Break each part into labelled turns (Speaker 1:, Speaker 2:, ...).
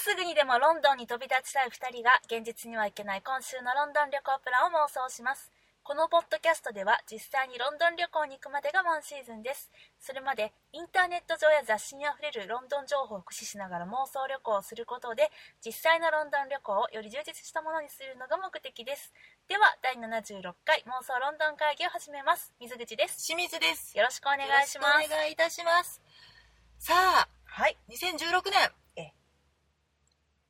Speaker 1: すぐにでもロンドンに飛び立ちたい2人が現実には行けない今週のロンドン旅行プランを妄想しますこのポッドキャストでは実際にロンドン旅行に行くまでがワンシーズンですそれまでインターネット上や雑誌にあふれるロンドン情報を駆使しながら妄想旅行をすることで実際のロンドン旅行をより充実したものにするのが目的ですでは第76回妄想ロンドン会議を始めます水口です
Speaker 2: 清水です。
Speaker 1: よろしくお願いしま
Speaker 2: よ
Speaker 1: す
Speaker 2: ろくお願いいたします。さあ、
Speaker 1: はい
Speaker 2: 2016年。
Speaker 1: ええ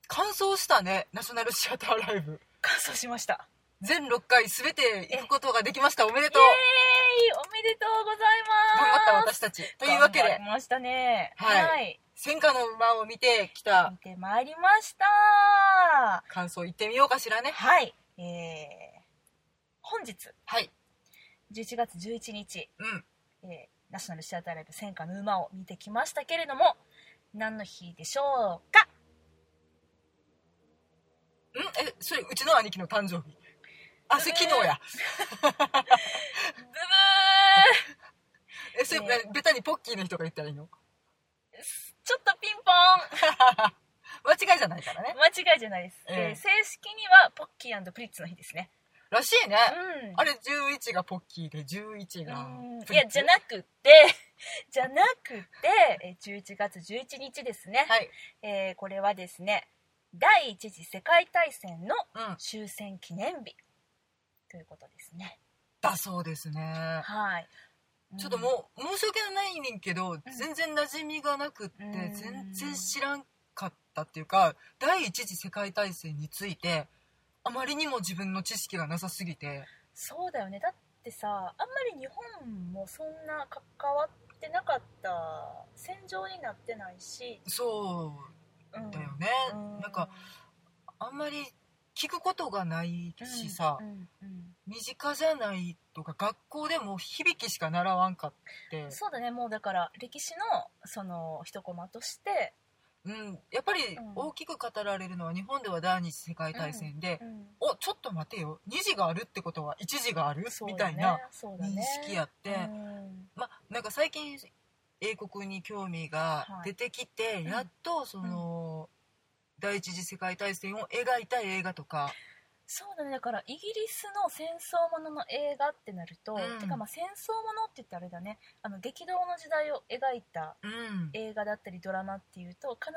Speaker 2: 完走したね、ナショナルシアターライブ。
Speaker 1: 完走しました
Speaker 2: 全6回すべて行くことができました。おめ
Speaker 1: イ
Speaker 2: で
Speaker 1: エー
Speaker 2: とう。
Speaker 1: イおめでとうございます
Speaker 2: 頑張った私たち。というわけ
Speaker 1: 頑張
Speaker 2: で
Speaker 1: り、ましたね
Speaker 2: はい
Speaker 1: い
Speaker 2: 戦火の馬を見てきた
Speaker 1: 見てまいりました
Speaker 2: 感想言ってみようかしらね。
Speaker 1: はいえー、本日
Speaker 2: はい。
Speaker 1: 11月11日、
Speaker 2: うん。
Speaker 1: えーナショナルシアターライブ戦火の馬を見てきましたけれども何の日でしょうか
Speaker 2: んえ、それ、うちの兄貴の誕生日。あ、それ昨日や。
Speaker 1: ブブー
Speaker 2: え、それ、
Speaker 1: ね
Speaker 2: えベタにポッキーの人が言ったらいいの
Speaker 1: ちょっとピンポー
Speaker 2: 間違いじゃないからね
Speaker 1: ン。間違いじゃないです、
Speaker 2: ええ
Speaker 1: えー正式にはポッキープリッツの日ですね
Speaker 2: らしいね。
Speaker 1: うん
Speaker 2: あれ11がポッキーで11が
Speaker 1: うん
Speaker 2: プ
Speaker 1: い
Speaker 2: リッ
Speaker 1: や
Speaker 2: ツ
Speaker 1: じゃなくてじゃなくてえー11月11日ですね、
Speaker 2: はい、
Speaker 1: えーこれはですね第一次世界大戦の
Speaker 2: うん、
Speaker 1: 終戦記念日ということですね
Speaker 2: だそうですね
Speaker 1: はい
Speaker 2: ちょっと
Speaker 1: うん
Speaker 2: もう申し訳ないねんけど、全然馴染みがなくって、
Speaker 1: うん
Speaker 2: 全然知らんかったっていうか第一次世界大戦についてあまりにも自分の知識がなさすぎて
Speaker 1: そうだよねだってさあんまり日本もそんな関わってなかった戦場になってないし、
Speaker 2: そう
Speaker 1: うん
Speaker 2: だよね、
Speaker 1: う
Speaker 2: なんかあんまり聞くことがないしさ、
Speaker 1: うんうん
Speaker 2: 身近じゃないとか学校でも響きしか習わんかって
Speaker 1: そうだねもうだから歴史のその一コマとして、
Speaker 2: うん、やっぱり
Speaker 1: ん
Speaker 2: 大きく語られるのは日本では第二次世界大戦で、
Speaker 1: うん
Speaker 2: おちょっと待てよ2次があるってことは1次がある、
Speaker 1: そう
Speaker 2: み
Speaker 1: だ
Speaker 2: た
Speaker 1: ね
Speaker 2: いな
Speaker 1: そうだ
Speaker 2: 認
Speaker 1: ね
Speaker 2: 識やって、
Speaker 1: うん
Speaker 2: まなんか最近英国に興味が出てきて、
Speaker 1: い
Speaker 2: やっとその、第一次世界大戦を描いた映画とか、
Speaker 1: そうだねだからイギリスの戦争ものの映画ってなると、
Speaker 2: うん
Speaker 1: てかまあ戦争ものって言ったらあれだねあの激動の時代を描いた
Speaker 2: うん
Speaker 1: 映画だったりドラマっていうと必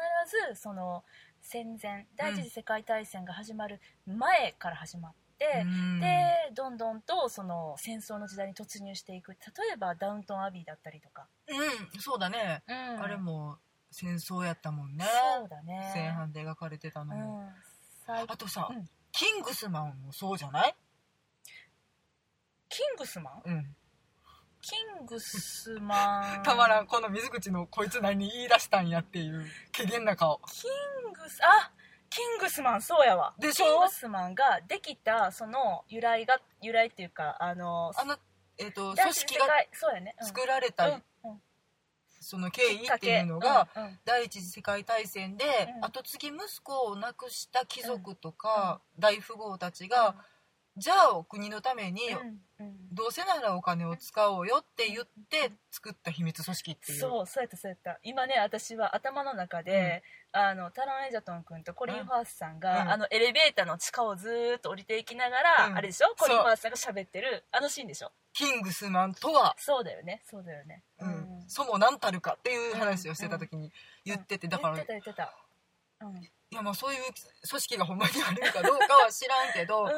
Speaker 1: ずその戦前第一次世界大戦が始まる前から始まって、
Speaker 2: うん
Speaker 1: でどんどんとその戦争の時代に突入していく例えばダウントンアビーだったりとか、
Speaker 2: うんそうだね、あれも戦争やったもんね
Speaker 1: そうだね
Speaker 2: 前半で描かれてたの
Speaker 1: う
Speaker 2: も、
Speaker 1: ん最
Speaker 2: あとさ、
Speaker 1: うん
Speaker 2: キングスマンもそうじゃない、
Speaker 1: キングスマン
Speaker 2: うん
Speaker 1: キングスマン
Speaker 2: たまら
Speaker 1: ん
Speaker 2: んこの水口のこいつ何言い出したんやっていう機嫌な顔
Speaker 1: キングスあキングスマンそうやわ
Speaker 2: でしょ
Speaker 1: キングスマンができたその由来が由来っていうかあの
Speaker 2: あの、えっと
Speaker 1: 第
Speaker 2: 組
Speaker 1: 一次
Speaker 2: 織
Speaker 1: 世
Speaker 2: が
Speaker 1: 界そうやね、うん
Speaker 2: 作られた、
Speaker 1: うんうん
Speaker 2: その経緯っていうの
Speaker 1: きっ
Speaker 2: が
Speaker 1: か、けうんうん
Speaker 2: 第一次世界大戦で、
Speaker 1: うん
Speaker 2: 後継ぎ息子を亡くした貴族とか、大富豪たちが、じゃあお国のために、
Speaker 1: うんうん
Speaker 2: どうせならお金を使おうよって言って作った秘密組織っていう
Speaker 1: そうそうやったそうやった今ね私は頭の中で、あのタロン・エジャトン君とコリン・ファースさんが、
Speaker 2: うん
Speaker 1: あのエレベーターの地下をずーっと降りていきながら、
Speaker 2: うん
Speaker 1: あれでしょコリン・
Speaker 2: そう
Speaker 1: ファースさんが喋ってるあのシーンでしょ
Speaker 2: キングスマンとは、
Speaker 1: そうだよねそうだよね、
Speaker 2: うんそも何たるかっていう話をしてた時に言ってて、だから
Speaker 1: 言ってた言ってたうんうん
Speaker 2: いやまあそういう組織がほんまにあるかどうかは知らんけ ど、
Speaker 1: うん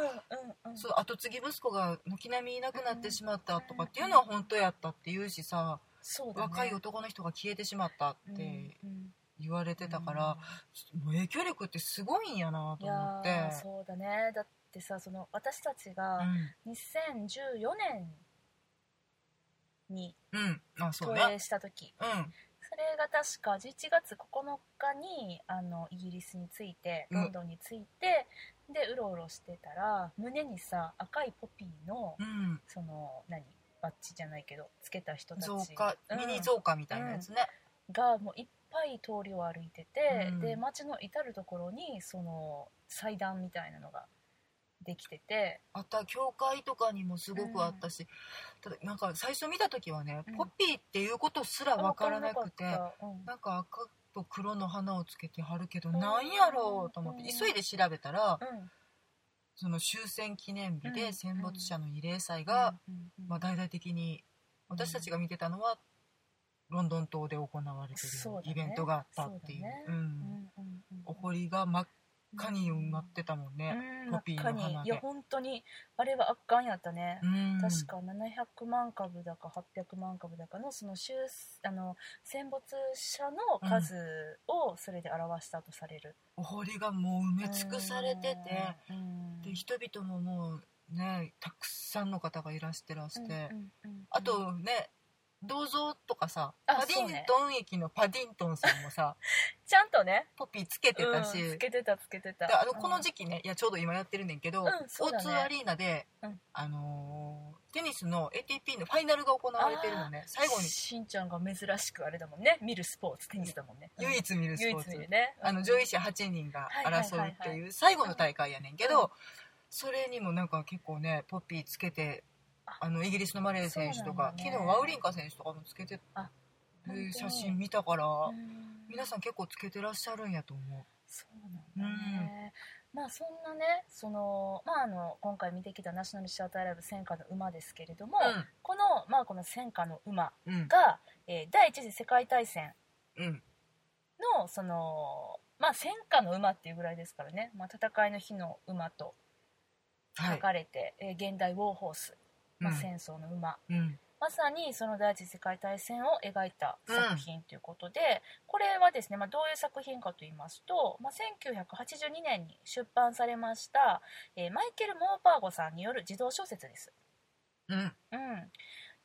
Speaker 1: うん
Speaker 2: そう後継ぎ息子が軒並みいなくなってしまったとかっていうのは本当やったっていうしさ、
Speaker 1: そうだね
Speaker 2: 若い男の人が消えてしまったって
Speaker 1: うんうん
Speaker 2: 言われてたから、もう影響力ってすごいんやなと
Speaker 1: いや
Speaker 2: 思って。
Speaker 1: ーそうだねだってさその私たちが2014年に
Speaker 2: うん、うん、あそ
Speaker 1: 投
Speaker 2: うね
Speaker 1: 影した時、
Speaker 2: うん
Speaker 1: それが確か11月9日にあのイギリスに着いて
Speaker 2: うん
Speaker 1: ロンドンに着いて、でうろうろしてたら胸にさ赤いポピーの
Speaker 2: うん
Speaker 1: その何バッジじゃないけどつけた人たち
Speaker 2: 増加、
Speaker 1: うん
Speaker 2: ミニ増加みたいなやつね、
Speaker 1: がもういっぱい通りを歩いてて、
Speaker 2: うん
Speaker 1: で街の至る所にその祭壇みたいなのができてて
Speaker 2: あった教会とかにもすごくあったし、ただなんか最初見た時はね、
Speaker 1: うん
Speaker 2: ポピーっていうことすらわからなくて、
Speaker 1: わかんなかったうん
Speaker 2: なんか赤と黒の花をつけてはるけど
Speaker 1: うん
Speaker 2: なんやろうと思って
Speaker 1: うん
Speaker 2: 急いで調べたら
Speaker 1: うん
Speaker 2: その終戦記念日
Speaker 1: うん
Speaker 2: で戦没者の慰霊祭が、
Speaker 1: うんうん
Speaker 2: まあ、大々的に私たちが見てたのはロンドン島で行われて
Speaker 1: そうだ
Speaker 2: る
Speaker 1: ね
Speaker 2: イベントがあったっていう
Speaker 1: そうだね
Speaker 2: う
Speaker 1: うんんうんうん
Speaker 2: お堀が真っ赤に埋まってたもんね。
Speaker 1: うん
Speaker 2: ポピーの花で
Speaker 1: 真っ赤にいや本当にあれは圧巻やったね、
Speaker 2: うん、
Speaker 1: 確か700万株だか800万株だかのその終あの戦没者の数をそれで表したとされる、
Speaker 2: お堀がもう埋め尽くされてて、
Speaker 1: うん、うん
Speaker 2: で人々ももうねたくさんの方がいらしてらして、
Speaker 1: うんうんうん
Speaker 2: あとね銅像とかさ
Speaker 1: あ
Speaker 2: パディントン駅のパディントンさんも さ、
Speaker 1: ちゃんとね
Speaker 2: ポピーつけてたし、
Speaker 1: うんつけてたつけてた
Speaker 2: であのこの時期ね、いやちょうど今やってるねんけど、
Speaker 1: うんそうだね
Speaker 2: オーツアリーナで、
Speaker 1: うん
Speaker 2: あのーテニスの ATP のファイナルが行われてるのね
Speaker 1: 最
Speaker 2: 最
Speaker 1: 後
Speaker 2: 後
Speaker 1: に
Speaker 2: に
Speaker 1: しんちゃんが珍しくあれだもんね見るスポーツテニスだもんね
Speaker 2: 唯一見るスポーツ、
Speaker 1: 唯一見るね
Speaker 2: あの上位者8人が争うって
Speaker 1: はいはいはい
Speaker 2: いう最後の大会やねん
Speaker 1: う
Speaker 2: け
Speaker 1: ん
Speaker 2: どそれにもなんか結構ねポッピーつけて
Speaker 1: あ
Speaker 2: あのイギリスのマレー選手
Speaker 1: そ
Speaker 2: とか、
Speaker 1: うなんだね
Speaker 2: 昨日ワウリンカ選手とかもつけて
Speaker 1: あ本当に
Speaker 2: る写真見たから、
Speaker 1: うん
Speaker 2: 皆さん結構つけてらっしゃるんやと思う。
Speaker 1: そうなんだね、まあそんなねその、まあ、あの今回見てきたナショナルシアターライブ戦火の馬ですけれども、この、まあ、この戦火の馬
Speaker 2: うんうん
Speaker 1: が、えー第一次世界大戦
Speaker 2: うん
Speaker 1: のその、まあ、戦火の馬っていうぐらいですからね、まあ、戦いの日の馬と
Speaker 2: は
Speaker 1: 書
Speaker 2: い
Speaker 1: かれて、えー現代ウォーホース、まあ、
Speaker 2: うん
Speaker 1: 戦争の馬、
Speaker 2: うん
Speaker 1: まさにその第一次世界大戦を描いた作品ということで、これはですね、まあ、どういう作品かと言いますと、まあ、1982年に出版されました、えーマイケル・モーパーゴさんによる児童小説です。
Speaker 2: うん
Speaker 1: うん、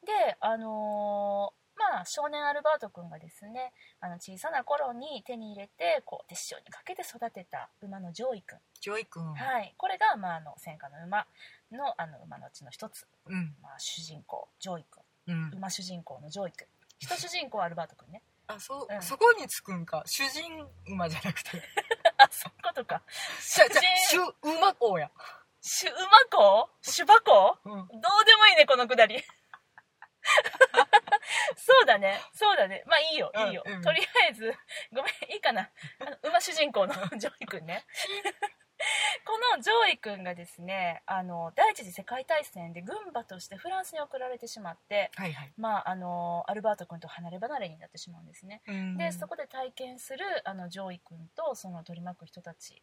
Speaker 1: で、あのーまあ、少年アルバート君がですねあの小さな頃に手に入れてこう手塩にかけて育てた馬のジョイ君、
Speaker 2: ジョイ君、
Speaker 1: はい、これが、まあ、あの戦火の馬のあの馬のうちの一つ、
Speaker 2: うん
Speaker 1: まあ、主人公ジョイ君
Speaker 2: うん、
Speaker 1: 馬主人公のジョイ君人主人公はアルバート君ね
Speaker 2: あそ,、
Speaker 1: うん
Speaker 2: そこにつくんか主人馬じゃな くて
Speaker 1: あそっかとか
Speaker 2: じゃじゃ主馬公や、
Speaker 1: 主馬子主馬子
Speaker 2: う
Speaker 1: ど
Speaker 2: ん、
Speaker 1: うでもいいねこのくだ りそうだねそうだねまあいいよいいよ、
Speaker 2: うんうん
Speaker 1: とりあえずごめんいいかなあの馬主人 公のジョイ君ね このジョイ君がですねあの第一次世界大戦で軍馬としてフランスに送られてしまって
Speaker 2: はいはい、
Speaker 1: まああのアルバート君と離れ離れになってしまうんですね
Speaker 2: うん
Speaker 1: でそこで体験するあの上位君とその取り巻く人たち、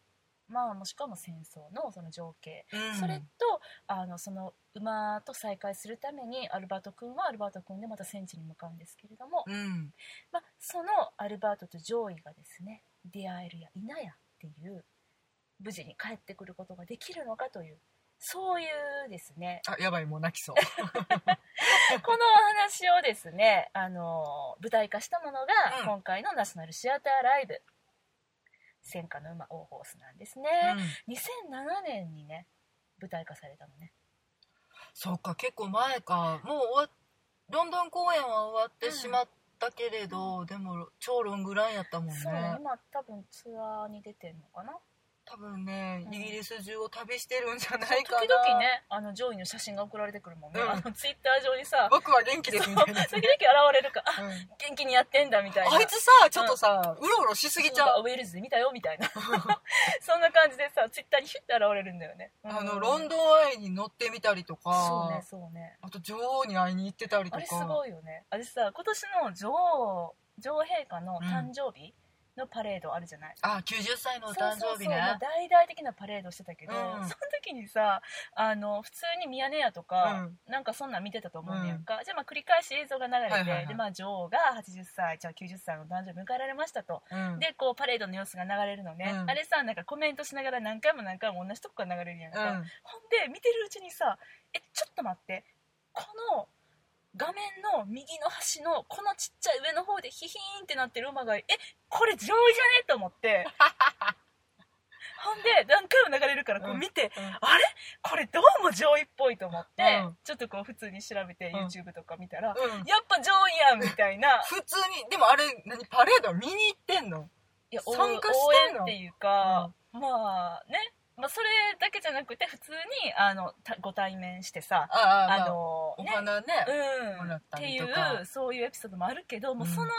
Speaker 1: まあ、もしくはもう戦争のその情景、
Speaker 2: うん
Speaker 1: それとあのその馬と再会するためにアルバート君はアルバート君でまた戦地に向かうんですけれども、
Speaker 2: うん
Speaker 1: まあ、そのアルバートと上位がですね出会えるや否やっていう無事に帰ってくることができるのかというそういうですね
Speaker 2: あやばいもう泣き そう
Speaker 1: このお話をですね、あの舞台化したもの
Speaker 2: う
Speaker 1: が
Speaker 2: ん
Speaker 1: 今回のナショナルシアターライブ「戦火の馬オーホース」なんですね、
Speaker 2: うん
Speaker 1: 2007年にね舞台化されたのね
Speaker 2: そうか結構前かもう終わっロンドン公演は終わってしまったけれど、でも超ロングランやったもんね
Speaker 1: そうね今多分ツアーに出てんのかな
Speaker 2: 多分ね
Speaker 1: うん
Speaker 2: イギリス中を旅してるんじゃないかな
Speaker 1: 時々ねあの上位の写真が送られてくるもんね、
Speaker 2: うん
Speaker 1: あのツイッター上にさ
Speaker 2: 僕は元気ですみたいなやつ
Speaker 1: 時々現れるかあ
Speaker 2: うん
Speaker 1: 元気にやってんだみたいな
Speaker 2: あいつさちょっとさ、うろうろしすぎちゃう、
Speaker 1: ウェールズで見たよみたい なそんな感じでさツイッターにヒュッて現れるんだよね、うん
Speaker 2: あのロンドンアイに乗ってみたりと
Speaker 1: そ
Speaker 2: か、
Speaker 1: うねそうね
Speaker 2: あと女王に会いに行ってたりと
Speaker 1: あ
Speaker 2: か
Speaker 1: れすごいよねあれさ今年の女王女王陛下の誕生日のパレードあるじゃない、
Speaker 2: あ90歳のお
Speaker 1: そう
Speaker 2: 誕
Speaker 1: そう
Speaker 2: 生
Speaker 1: そう
Speaker 2: 日ね
Speaker 1: 大々的なパレードしてたけど、
Speaker 2: うん
Speaker 1: その時にさあの普通にミヤネ屋とか、なんかそんなん見てたと思うんやんか、じゃあまあ繰り返し映像が流れて、
Speaker 2: はいはいはい
Speaker 1: でまあ、女王が80歳じゃあ90歳の誕生日迎えられましたと、
Speaker 2: うん
Speaker 1: でこうパレードの様子が流れるのね、
Speaker 2: うん
Speaker 1: あれさなんかコメントしながら何回も何回も同じとこから流れるやん
Speaker 2: う
Speaker 1: か、
Speaker 2: ん
Speaker 1: ほんで見てるうちにさえちょっと待ってこの画面の右の端のこのちっちゃい上の方でヒヒーンってなってる馬がえこれ上位じゃねと思って ほんで何回も流れるからこう見て、
Speaker 2: うん
Speaker 1: あれこれどうも上位っぽいと思って、
Speaker 2: うん
Speaker 1: ちょっとこう普通に調べて
Speaker 2: うん
Speaker 1: YouTube とか見たら、
Speaker 2: うん
Speaker 1: やっぱ上位やんみたいな
Speaker 2: 普通にでもあれ何パレード見に行ってんの
Speaker 1: いや応
Speaker 2: 参加してんの
Speaker 1: 応援っていうか、まあね、まあ、それだけじゃなくて普通にあのたご対面してさ
Speaker 2: あああ
Speaker 1: あ
Speaker 2: の
Speaker 1: の
Speaker 2: お
Speaker 1: ね
Speaker 2: 花ね
Speaker 1: うん
Speaker 2: もらっ
Speaker 1: ったて
Speaker 2: り
Speaker 1: い
Speaker 2: とか
Speaker 1: うそういうエピソードもあるけど、もう
Speaker 2: うん
Speaker 1: そのね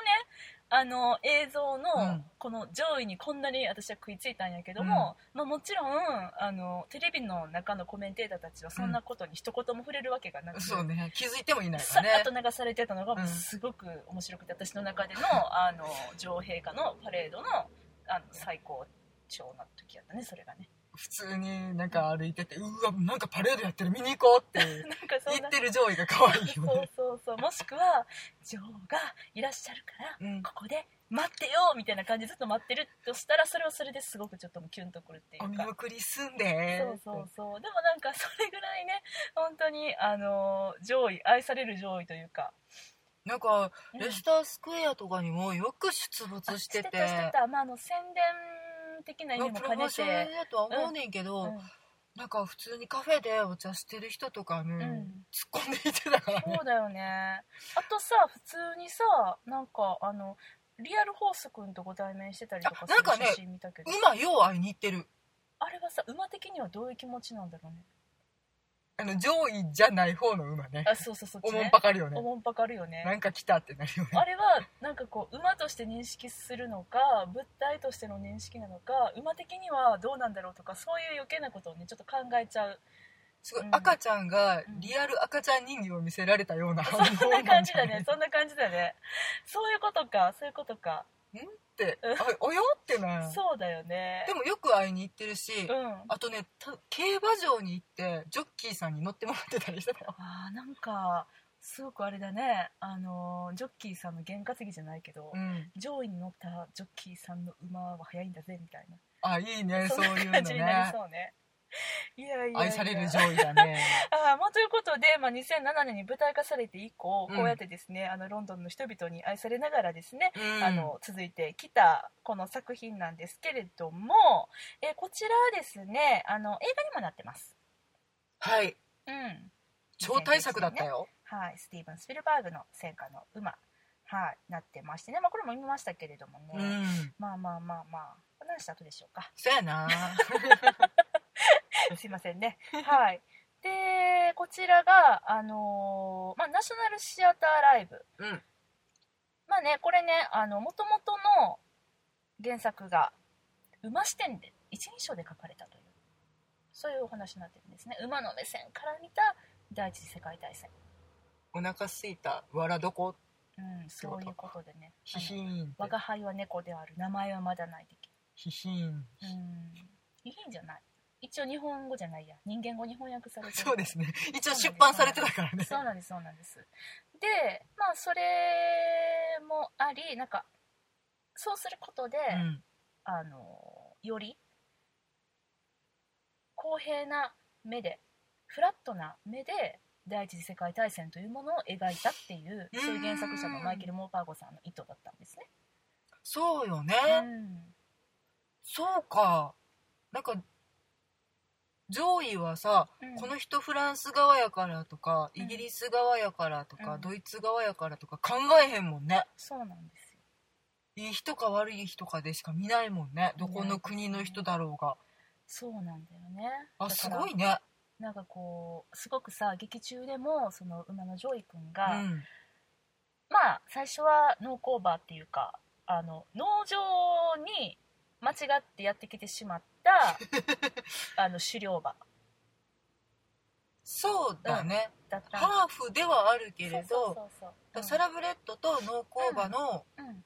Speaker 1: あの映像
Speaker 2: う
Speaker 1: の
Speaker 2: ん
Speaker 1: この上位にこんなに私は食いついたんやけども、まあ、もちろんあのテレビの中のコメンテーターたちはそんなことに一言も触れるわけがなく、
Speaker 2: そうね気づいてもいない
Speaker 1: さ
Speaker 2: わね
Speaker 1: らっと流されてたのが
Speaker 2: うん
Speaker 1: もうすごく面白くて、私の中 でのあの女王陛下のパレードのあの最高潮な時やったねそれがね
Speaker 2: 普通になんか歩いててうわなんかパレードやってる見に行こうって
Speaker 1: なんか そん
Speaker 2: 言
Speaker 1: な
Speaker 2: ってる上位が可愛い
Speaker 1: そ
Speaker 2: よ
Speaker 1: う
Speaker 2: ね
Speaker 1: そうそうもしくは女王がいらっしゃるから
Speaker 2: うん
Speaker 1: ここで待ってよみたいな感じでずっと待ってるとしたらそれはそれですごくちょっともうキュンとくるってい
Speaker 2: お
Speaker 1: う
Speaker 2: 見
Speaker 1: か
Speaker 2: 送りすんで
Speaker 1: そうそうそうでもなんかそれぐらいね本当にあの上位愛される上位というか
Speaker 2: なんか
Speaker 1: うん
Speaker 2: レスタースクエアとかにもよく出
Speaker 1: あ
Speaker 2: 没してて
Speaker 1: たしてたまああの宣伝的な意
Speaker 2: まあ
Speaker 1: 味も
Speaker 2: プロ
Speaker 1: 兼
Speaker 2: モ
Speaker 1: ね
Speaker 2: ーション
Speaker 1: て
Speaker 2: やとは思うねんけど、
Speaker 1: うん
Speaker 2: なんか普通にカフェでお茶してる人とかね、
Speaker 1: うん
Speaker 2: 突っ込んでいってたからね
Speaker 1: そうだよねあとさ普通にさなんかあのリアルホース君とご対面してたりとか
Speaker 2: あ
Speaker 1: す
Speaker 2: なんか
Speaker 1: る
Speaker 2: ね
Speaker 1: 写真見たけど、
Speaker 2: 馬よう会いに行ってる
Speaker 1: あれはさ馬的にはどういう気持ちなんだろうね
Speaker 2: あの上位じゃない方の馬ね
Speaker 1: あそうそうそっ
Speaker 2: お
Speaker 1: ち
Speaker 2: もん
Speaker 1: ね
Speaker 2: ぱかるよね
Speaker 1: おもんぱかるよね
Speaker 2: なんか来たってなるよね
Speaker 1: あれはなんかこう馬として認識するのか物体としての認識なのか馬的にはどうなんだろうとかそういう余計なことをねちょっと考えちゃう
Speaker 2: すごい、
Speaker 1: うん
Speaker 2: 赤ちゃんがリアル赤ちゃん人形を見せられたような反応なん
Speaker 1: そんな感じ
Speaker 2: ゃな
Speaker 1: だ
Speaker 2: い
Speaker 1: ねそんな感じだねそういうことかそういうことか
Speaker 2: ってあおよってな
Speaker 1: そうだよね
Speaker 2: でもよく会いに行ってるし、
Speaker 1: うん
Speaker 2: あとねた競馬場に行ってジョッキーさんに乗ってもらってたりしてたよ
Speaker 1: あーなんかすごくあれだねあのージョッキーさんの験担ぎじゃないけど、
Speaker 2: うん
Speaker 1: 上位に乗ったジョッキーさんの馬は速いんだぜみたいな
Speaker 2: あいいね
Speaker 1: そ
Speaker 2: そ
Speaker 1: ん
Speaker 2: う
Speaker 1: な
Speaker 2: いうの
Speaker 1: 感じになり
Speaker 2: ね
Speaker 1: そうねいやいやいや
Speaker 2: 愛される上位 だね
Speaker 1: あーまあ、ということで、まあ、2007年に舞台化されて以降、
Speaker 2: うん
Speaker 1: こうやってですねあのロンドンの人々に愛されながらですね、
Speaker 2: うん
Speaker 1: あの続いてきたこの作品なんですけれども、えーこちらはですねあの映画にもなってます、
Speaker 2: はい
Speaker 1: うん
Speaker 2: 超大作だったよ、
Speaker 1: はい、スティーブン・スピルバーグの戦火の馬、はい、なってましてね、まあ、これも見ましたけれどもね、
Speaker 2: うん
Speaker 1: まあまあまあまあ話した後でしょうか
Speaker 2: そやな
Speaker 1: すいませんねはいでこちらがあのーまあ、ナショナルシアターライブ
Speaker 2: うん
Speaker 1: まあねこれねあの元々の原作が馬視点で一人称で書かれたというそういうお話になってるんですね馬の目線から見た第一次世界大戦、
Speaker 2: お腹すいたわらどこ
Speaker 1: うん、そういうことでね
Speaker 2: ヒヒーンって
Speaker 1: 我が輩は猫である名前はまだない的
Speaker 2: ヒヒーン
Speaker 1: うんいいんじゃない一応日本語じゃないや人間語に翻訳されてる
Speaker 2: そうですね一応出版されてたからね
Speaker 1: そうなんですそうなんですでまあそれもありなんかそうすることで、
Speaker 2: うん
Speaker 1: あのより公平な目でフラットな目で第一次世界大戦というものを描いたっていうそういう原作者のマイケル・モーパーゴさんの意図だったんですね。
Speaker 2: そうよね、
Speaker 1: うん
Speaker 2: そうかなんか上位はさ、
Speaker 1: うん
Speaker 2: この人フランス側やからとか
Speaker 1: うん
Speaker 2: イギリス側やからとか、
Speaker 1: うん
Speaker 2: ドイツ側やからとか考えへんもんね
Speaker 1: そうなんですよ
Speaker 2: いい人か悪い人かでしか見ないもんねどこの国の人だろうが
Speaker 1: そうなんだよね
Speaker 2: あ
Speaker 1: だ
Speaker 2: す
Speaker 1: から
Speaker 2: ごいね
Speaker 1: なんかこうすごくさ劇中でもその馬のジョイ君
Speaker 2: う
Speaker 1: が、
Speaker 2: ん
Speaker 1: まあ最初は農工場っていうかあの農場に間違ってやってきてしまった あの狩猟場
Speaker 2: そうだね、
Speaker 1: だったん
Speaker 2: ハーフではあるけれ
Speaker 1: そ
Speaker 2: ど
Speaker 1: うそうそうそう
Speaker 2: サラブレッドと農耕馬の
Speaker 1: うんうん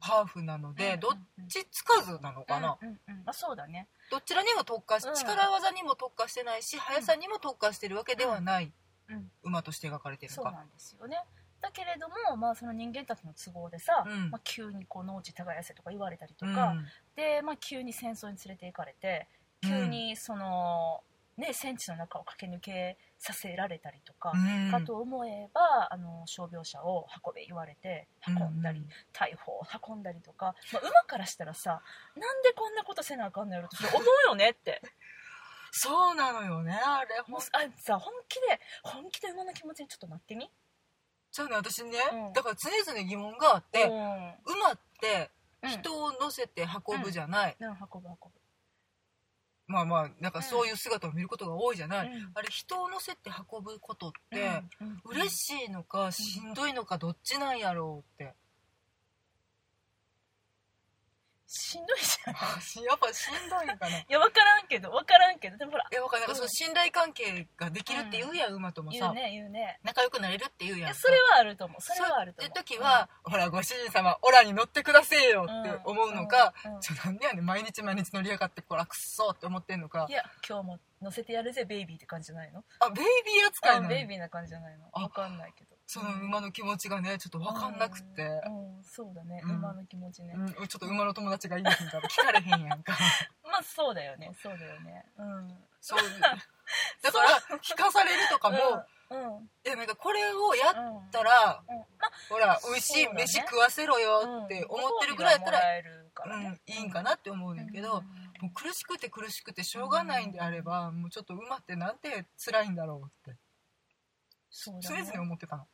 Speaker 2: ハーフなので、
Speaker 1: うん
Speaker 2: どっちつかずなのかな、
Speaker 1: うんうんうんまあ、そうだね
Speaker 2: どちらにも特化し、
Speaker 1: うん
Speaker 2: 力技にも特化してないし速さにも特化してるわけではない、
Speaker 1: うん
Speaker 2: 馬として描かれてる
Speaker 1: そ
Speaker 2: の
Speaker 1: う
Speaker 2: か
Speaker 1: なんですよねだけれども、まあ、その人間たちの都合でさ、
Speaker 2: うん
Speaker 1: まあ、急にこう農地耕せとか言われたりと
Speaker 2: う
Speaker 1: か、
Speaker 2: ん
Speaker 1: で、まあ、急に戦争に連れて行かれて急にその、ね、戦地の中を駆け抜けさせられたりとか、
Speaker 2: うん
Speaker 1: かと思えばあの傷病者を運べ言われて運んだり、
Speaker 2: うん
Speaker 1: 大砲を運んだりとか、まあ、馬からしたらさなんでこんなことせなあかんのやろってそれ思うよねって
Speaker 2: そうなのよねあれ
Speaker 1: も
Speaker 2: ほ
Speaker 1: うんあさ本気で本気で馬の気持ちにちょっとなってみ、
Speaker 2: ちゃうね私ね、
Speaker 1: うん
Speaker 2: だから常々疑問があって、
Speaker 1: うん
Speaker 2: 馬って
Speaker 1: うん、
Speaker 2: 人を乗せて運ぶじゃない、
Speaker 1: うん運ぶ運
Speaker 2: まあまあなんかそういう姿を見ることが多いじゃない、
Speaker 1: ぶ、
Speaker 2: あれ人を乗せて運ぶことっ
Speaker 1: うん
Speaker 2: て、
Speaker 1: うん
Speaker 2: 嬉しいのかしんどいのかどっちなんやろうって
Speaker 1: しんどいじゃん
Speaker 2: やっぱしんどいんかない
Speaker 1: や分からんけど分からんけどでもほら
Speaker 2: えわかんないなんかその信頼関係ができるって言うやん、馬とも
Speaker 1: 言
Speaker 2: さ、
Speaker 1: うね言うね
Speaker 2: 仲良くなれるって言う
Speaker 1: い
Speaker 2: やん
Speaker 1: や
Speaker 2: か
Speaker 1: それはあると思うそれはあると
Speaker 2: そう
Speaker 1: 思
Speaker 2: っ
Speaker 1: う
Speaker 2: て時は、ほらご主人様オラに乗ってくだせえよ
Speaker 1: うん
Speaker 2: って思うのか、
Speaker 1: うんうん
Speaker 2: ちょなんでやねん毎日毎日乗りやがってこらくっそって思ってんのか
Speaker 1: いや今日も乗せてやるぜベイビーって感じじゃないの
Speaker 2: あベイビー
Speaker 1: あ
Speaker 2: 扱いなの
Speaker 1: ベイビーな感じじゃないの
Speaker 2: あ
Speaker 1: 分かんないけど
Speaker 2: その馬の気持ちがねちょっと分かんなくて、
Speaker 1: うんうんそうだね
Speaker 2: うん
Speaker 1: 馬の気持ちね
Speaker 2: うん、ちょっと馬の友達がいいですみたいな聞かれへん やんか
Speaker 1: まあそうだよねそうだよねうん
Speaker 2: そうだから聞かされるとかも、
Speaker 1: うんうん
Speaker 2: いやなんかこれをやっ
Speaker 1: うん
Speaker 2: たら、
Speaker 1: うんま
Speaker 2: ほら
Speaker 1: そう
Speaker 2: 美
Speaker 1: だね
Speaker 2: 味しい飯食わせろよって思ってるぐらいやったら、
Speaker 1: うん
Speaker 2: うん、いいんかなって思うねんだけど、もう苦しくて苦しくてしょうがないんであれば、もうちょっと馬ってなんて辛いんだろうって
Speaker 1: そうだ
Speaker 2: 常
Speaker 1: ね
Speaker 2: 々思ってたの、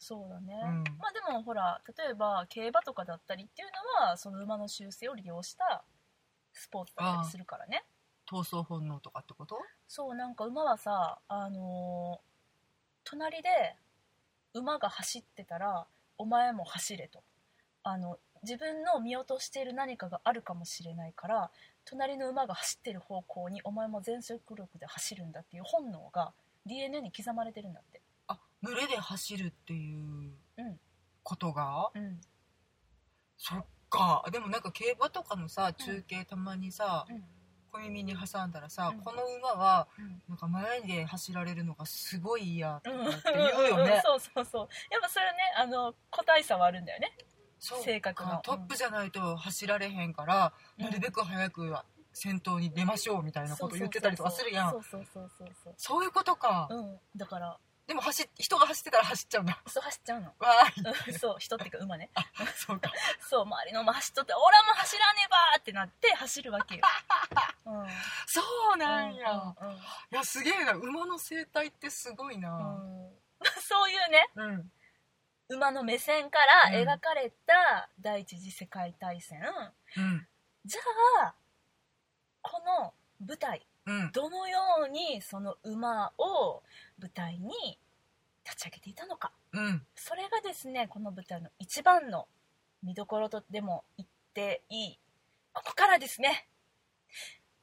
Speaker 1: そうだね、
Speaker 2: うん
Speaker 1: まあでもほら例えば競馬とかだったりっていうのはその馬の習性を利用したスポーツだったりするからね
Speaker 2: 闘争本能とかってこと
Speaker 1: そうなんか馬はさあのー隣で馬が走ってたらお前も走れとあの自分の見落としている何かがあるかもしれないから隣の馬が走ってる方向にお前も全速力で走るんだっていう本能が DNA に刻まれてるんだって
Speaker 2: あ群れで走るっていう
Speaker 1: うん
Speaker 2: ことが、
Speaker 1: うん
Speaker 2: そっかでもなんか競馬とかのさ中継たまにさ、
Speaker 1: うん
Speaker 2: 小耳に挟んだらさ、
Speaker 1: うん
Speaker 2: この馬は
Speaker 1: うん
Speaker 2: なんか前で走られるのがすごい嫌と
Speaker 1: うん、
Speaker 2: かって言うよね、
Speaker 1: そうそうそうやっぱそれねあの個体差はあるんだよね
Speaker 2: そう
Speaker 1: 性格の
Speaker 2: トップじゃないと走られへんから、なるべく早く先頭に出ましょうみたいなこと言ってたりとかするやん
Speaker 1: そうそうそうそうそう
Speaker 2: そういうことか、
Speaker 1: そううんだから
Speaker 2: でも走っ人が走ってたら走っちゃうんだ
Speaker 1: そう走っちゃうの
Speaker 2: わーい
Speaker 1: うん そう人っていうか馬ね
Speaker 2: あそうか
Speaker 1: そう周りの馬走っとって「俺も走らねば!」ってなって走るわ けよ、うん、
Speaker 2: そうなんや、
Speaker 1: うんうん
Speaker 2: いやすげえな馬の生態ってすごいな
Speaker 1: うん そういうね
Speaker 2: うん、
Speaker 1: 馬の目線から
Speaker 2: うん
Speaker 1: 描かれた第一次世界大戦、
Speaker 2: うん
Speaker 1: じゃあこの舞台
Speaker 2: うん
Speaker 1: どのようにその馬を舞台に立ち上げていたのか
Speaker 2: うん
Speaker 1: それがですねこの舞台の一番の見どころとでも言っていいここからですね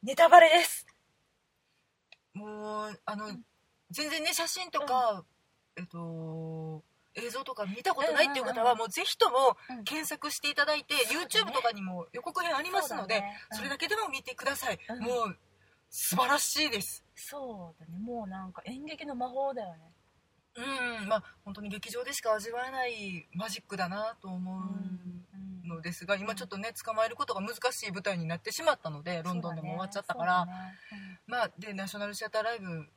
Speaker 1: ネタバレです
Speaker 2: もうあの、
Speaker 1: うん
Speaker 2: 全然ね写真とか、えっと映像とか見たことないっていう方は、
Speaker 1: うんうんうん
Speaker 2: もうぜひとも
Speaker 1: うん
Speaker 2: 検索していただいて、
Speaker 1: そうだね
Speaker 2: YouTube とかにも予告編ありますのでそ,、
Speaker 1: そうだねうん
Speaker 2: れだけでも見てください、
Speaker 1: うん
Speaker 2: もう素晴らしいです
Speaker 1: そうだねもうなんか演劇の魔法だよね
Speaker 2: うんまあ本当に劇場でしか味わえないマジックだなと思
Speaker 1: うん
Speaker 2: うのですが、今ちょっとね捕まえることが難しい舞台になってしまったのでロンドンでも終わっちゃったから、まあでナショナルシアターライブ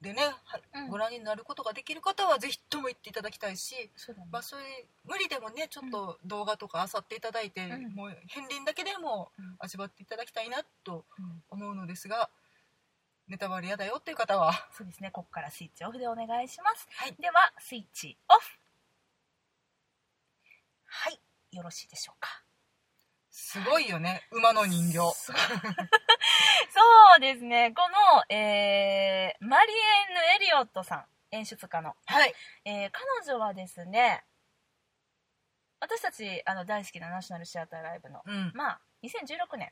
Speaker 2: でね、はご
Speaker 1: ら
Speaker 2: 覧になることができる方はぜひとも行っていただきたいし、
Speaker 1: そうだね
Speaker 2: まあ、そういう無理でもねちょっと動画とか漁っていただいて、
Speaker 1: ん
Speaker 2: もう片鱗だけでも
Speaker 1: うん
Speaker 2: 味わっていただきたいなと
Speaker 1: うん
Speaker 2: 思うのですがネタバレ嫌だよっていう方は
Speaker 1: そうですねここからスイッチオフでお願いします、
Speaker 2: はい
Speaker 1: ではスイッチオフはいよろしいでしょうか
Speaker 2: すごいよね馬の人形。
Speaker 1: そうそうですねこの、えーマリエンヌ・エリオットさん演出家の、
Speaker 2: はい、
Speaker 1: えー彼女はですね私たちあの大好きなナショナルシアターライブの
Speaker 2: うん
Speaker 1: まあ2016年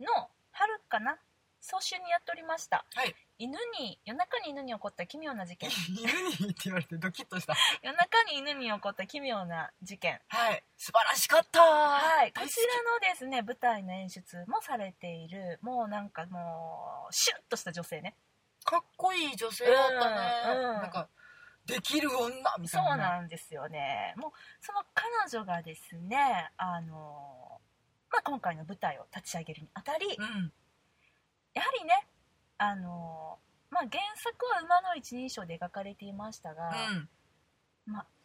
Speaker 1: の春かな早春にやっておりました
Speaker 2: はい、
Speaker 1: 犬に夜中に犬に起こった奇妙な事件
Speaker 2: 犬にって言われてドキッとした
Speaker 1: 夜中に犬に起こった奇妙な事件
Speaker 2: はい素晴らしかった
Speaker 1: はい、こ
Speaker 2: 大好
Speaker 1: ちらのですね舞台の演出もされているもうなんかもうシュッとした女性ね
Speaker 2: きかっこいい女性だったね、
Speaker 1: うんうん
Speaker 2: なんかできる女みた
Speaker 1: そ
Speaker 2: いうな
Speaker 1: なんですよねもうその彼女がですねあの、まあ、今回の舞台を立ち上げるにあたり
Speaker 2: うん
Speaker 1: やはりねあの、まあ、原作は馬の一人称で描かれていましたが、
Speaker 2: うん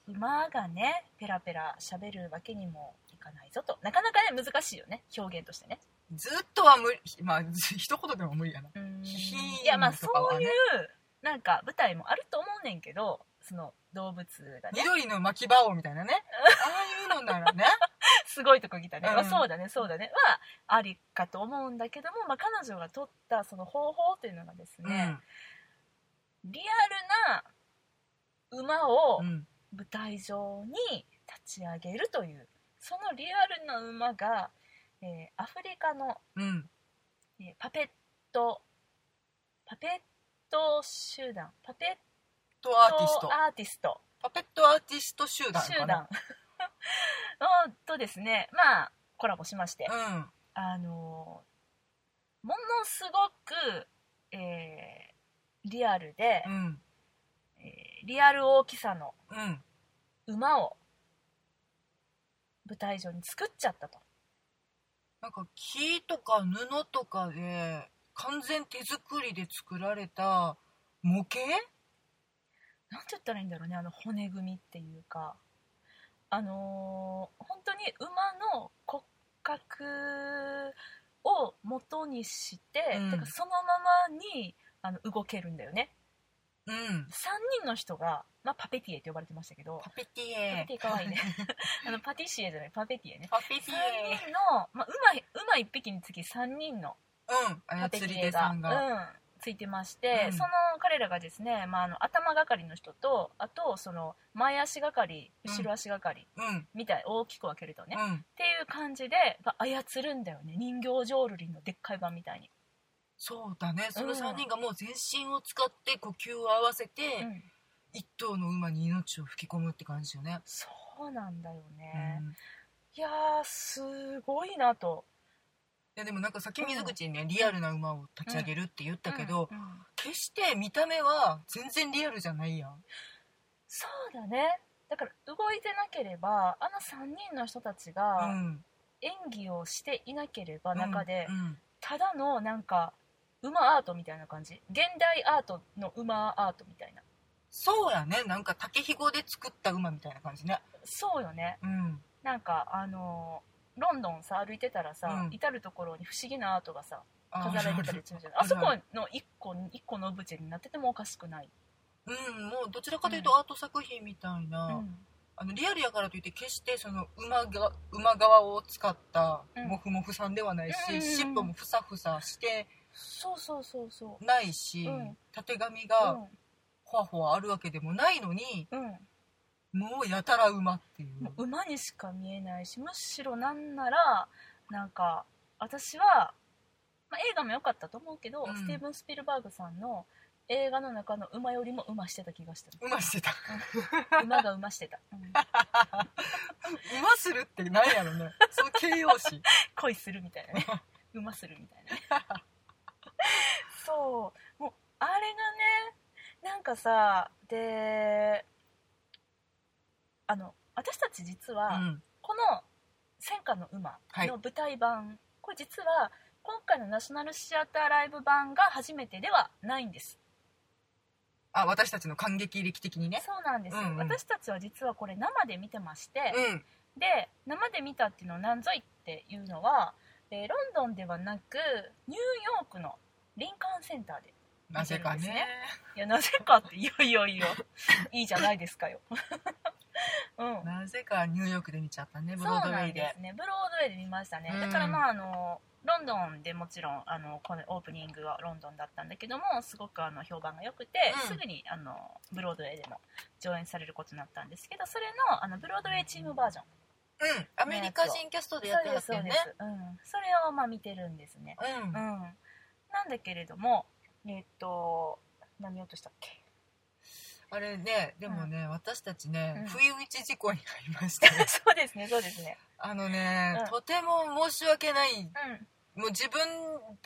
Speaker 1: 馬がねペラペラ喋るわけにもいかないぞとなかなかね難しいよね表現としてね
Speaker 2: ずっとは無理まあ ず一言でも無理やな
Speaker 1: うーん
Speaker 2: ヒヒーン
Speaker 1: いやまあそ
Speaker 2: とかは
Speaker 1: うい
Speaker 2: ね
Speaker 1: うなんか舞台もあると思うねんけどその動物がね
Speaker 2: 緑の巻き場王みたいなねああいうのなら ね
Speaker 1: すごいとこ来たね、
Speaker 2: うん
Speaker 1: まあそうだねそうだねはありかと思うんだけども、まあ、彼女が取ったその方法というのがですね、リアルな馬を
Speaker 2: うんうん
Speaker 1: 舞台上に立ち上げるというそのリアルな馬が、ええーアフリカの、
Speaker 2: うん
Speaker 1: えーパペットパペット集団パペッ
Speaker 2: と
Speaker 1: ト
Speaker 2: アーティスト
Speaker 1: アーティスト
Speaker 2: パペットアーティスト集団
Speaker 1: 集
Speaker 2: か
Speaker 1: 団
Speaker 2: な
Speaker 1: のとですねまあコラボしまして、あのーものすごく、えーリアルで、
Speaker 2: うんうん
Speaker 1: えーリアル大きさの
Speaker 2: うん
Speaker 1: 馬を舞台上に作っちゃったと
Speaker 2: なんか木とか布とかで完全手作りで作られた模型
Speaker 1: なんて言ったらいいんだろうねあの骨組みっていうかあのー本当に馬の骨格を元にして、
Speaker 2: うん
Speaker 1: てかそのままにあの動けるんだよね
Speaker 2: うん
Speaker 1: 3人の人が、まあ、パペティエって呼ばれてましたけど
Speaker 2: パペティ
Speaker 1: パペ
Speaker 2: エ
Speaker 1: ティエかわいいねあのパティシエじゃないパペティエね
Speaker 2: パペテ
Speaker 1: 3
Speaker 2: ィエ
Speaker 1: 人の、まあ、馬馬1匹につき3人の
Speaker 2: うん
Speaker 1: パテ
Speaker 2: 操
Speaker 1: ィ
Speaker 2: り
Speaker 1: エ
Speaker 2: 手
Speaker 1: が
Speaker 2: さんが
Speaker 1: うん、ついてまして、
Speaker 2: うん
Speaker 1: その彼らがですね、まあ、あの頭係の人とあとその前足係
Speaker 2: うん
Speaker 1: 後ろ足係
Speaker 2: うん
Speaker 1: みたい大きく分けるとね、っ
Speaker 2: うん
Speaker 1: ていう感じで、まあ操るんだよね人形浄瑠璃のでっかい版みたいに、
Speaker 2: そうだねそ
Speaker 1: う
Speaker 2: の
Speaker 1: ん
Speaker 2: 3人がもう全身を使って呼吸を合わせて
Speaker 1: うん
Speaker 2: 1頭の馬に命を吹き込むって感じよね、
Speaker 1: そうなんだよ
Speaker 2: うん
Speaker 1: ね、いやーすごいなと
Speaker 2: いやでもなんかさっき水口にねリアルな馬を立ち上げるって言ったけど、
Speaker 1: うんうん
Speaker 2: 決して見た目は全然リアルじゃないやん
Speaker 1: そうだねだから動いてなければあの3人の人たち
Speaker 2: う
Speaker 1: が
Speaker 2: ん
Speaker 1: 演技をしていなければ中で、
Speaker 2: うん
Speaker 1: ただのなんか馬アートみたいな感じ現代アートの馬アートみたいな
Speaker 2: そうやねなんか竹ひごで作った馬みたいな感じね
Speaker 1: そうよね
Speaker 2: うん
Speaker 1: なんかあのーロンドンさ歩いてたらさ、
Speaker 2: うん
Speaker 1: 至る所に不思議なアートがさ
Speaker 2: あ
Speaker 1: 飾られてたりするじゃない
Speaker 2: あ
Speaker 1: あ
Speaker 2: る
Speaker 1: そこの一個一個のオブジェになっててもおかしくない、
Speaker 2: うんもうどちらかというとアート作品みたいな、
Speaker 1: うん
Speaker 2: あのリアルやからといって決してその馬が馬側を使った
Speaker 1: うん
Speaker 2: モフモフさんではないし、
Speaker 1: うんうんうん
Speaker 2: 尻尾もふさふさして
Speaker 1: そうそうそうそう
Speaker 2: ないし、
Speaker 1: うん
Speaker 2: たてがみがほわほわあるわけでもないのに
Speaker 1: うん、うん
Speaker 2: もうやたら馬っていう、
Speaker 1: もう馬にしか見えないしむしろなんならなんか私は、まあ、映画も良かったと思うけど、
Speaker 2: うん
Speaker 1: スティーブン・スピルバーグさんの映画の中の馬よりも馬してた気がした
Speaker 2: 馬してた
Speaker 1: 馬が馬してた、うん
Speaker 2: 馬するってなんやろねその形容 詞
Speaker 1: 恋するみたいな ね馬するみたいなねそうもうあれがねなんかさであの私たち実
Speaker 2: う
Speaker 1: は、
Speaker 2: ん
Speaker 1: この「戦火の馬」
Speaker 2: はい
Speaker 1: の舞台版、これ実は今回のナショナルシアターライブ版が初めてではないんです
Speaker 2: あ私たちの感激歴的にね
Speaker 1: そうなんですよ、
Speaker 2: うんうん
Speaker 1: 私たちは実はこれ生で見てまして、
Speaker 2: うん
Speaker 1: で生で見たっていうのは何ぞいっていうのは、えーロンドンではなくニューヨークのリンカーンセンターで
Speaker 2: なぜか
Speaker 1: 見てるん
Speaker 2: ね
Speaker 1: いやなぜかっていやいやいやいいじゃないですかよ うん
Speaker 2: なぜかニューヨークで見ちゃったねブロードウェイで
Speaker 1: そうなんですねブロードウェイで見ましたね、
Speaker 2: うん
Speaker 1: だからまああのロンドンでもちろんあのこのオープニングはロンドンだったんだけどもすごくあの評判が良くて、
Speaker 2: うん
Speaker 1: すぐにあのブロードウェイでも上演されることになったんですけどそれのあのブロードウェイチームバージョン
Speaker 2: うんアメリカ人キャストでやって
Speaker 1: そう
Speaker 2: は
Speaker 1: で
Speaker 2: っ
Speaker 1: す
Speaker 2: た
Speaker 1: そう
Speaker 2: よ
Speaker 1: で
Speaker 2: ね
Speaker 1: す、うん、それをまあ見てるんですね
Speaker 2: うん
Speaker 1: うんなんだけれどもえっと何を落としたっけ
Speaker 2: あれねでもね、私たちね、
Speaker 1: うん
Speaker 2: 不意打ち事故に遭いま した、
Speaker 1: そうですねそうですね
Speaker 2: あのね、
Speaker 1: うん
Speaker 2: とても申し訳ない
Speaker 1: うん
Speaker 2: もう自分、
Speaker 1: う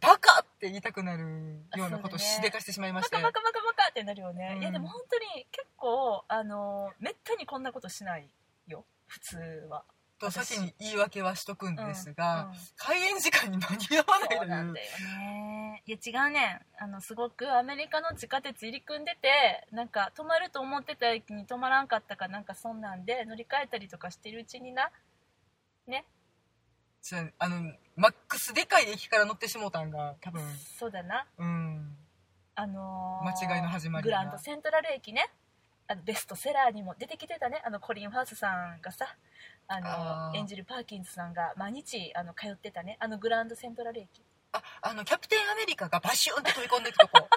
Speaker 2: バカって言いたくなるようなことを
Speaker 1: あそうね
Speaker 2: しでかしてしまいま
Speaker 1: バ
Speaker 2: して
Speaker 1: カバカバカバカってなるよね、
Speaker 2: うん
Speaker 1: いやでも本当に結構あのめったにこんなことしないよ普通は、
Speaker 2: と先に言い訳はしとくんですが、
Speaker 1: うん
Speaker 2: 開演時間に間に合わない
Speaker 1: そ
Speaker 2: と
Speaker 1: うなん
Speaker 2: いう
Speaker 1: だよねいや違うねんあのすごくアメリカの地下鉄入り組んでてなんか止まると思ってた駅に止まらんかったかなんかそんなんで乗り換えたりとかしてるうちにな
Speaker 2: じゃああのマックスでかい駅から乗ってしもうたんが多分
Speaker 1: そうだな
Speaker 2: うん
Speaker 1: あのー
Speaker 2: 間違いの始まり
Speaker 1: グ
Speaker 2: や
Speaker 1: ラ
Speaker 2: な
Speaker 1: ンドセントラル駅ねあのベストセラーにも出てきてたねあのコリン・ファースさんがさあの
Speaker 2: あー
Speaker 1: 演じるパーキンズさんが毎日あの通ってたねあのグランドセントラル駅
Speaker 2: ああのキャプテンアメリカがバシューンって飛び込んでいく とこ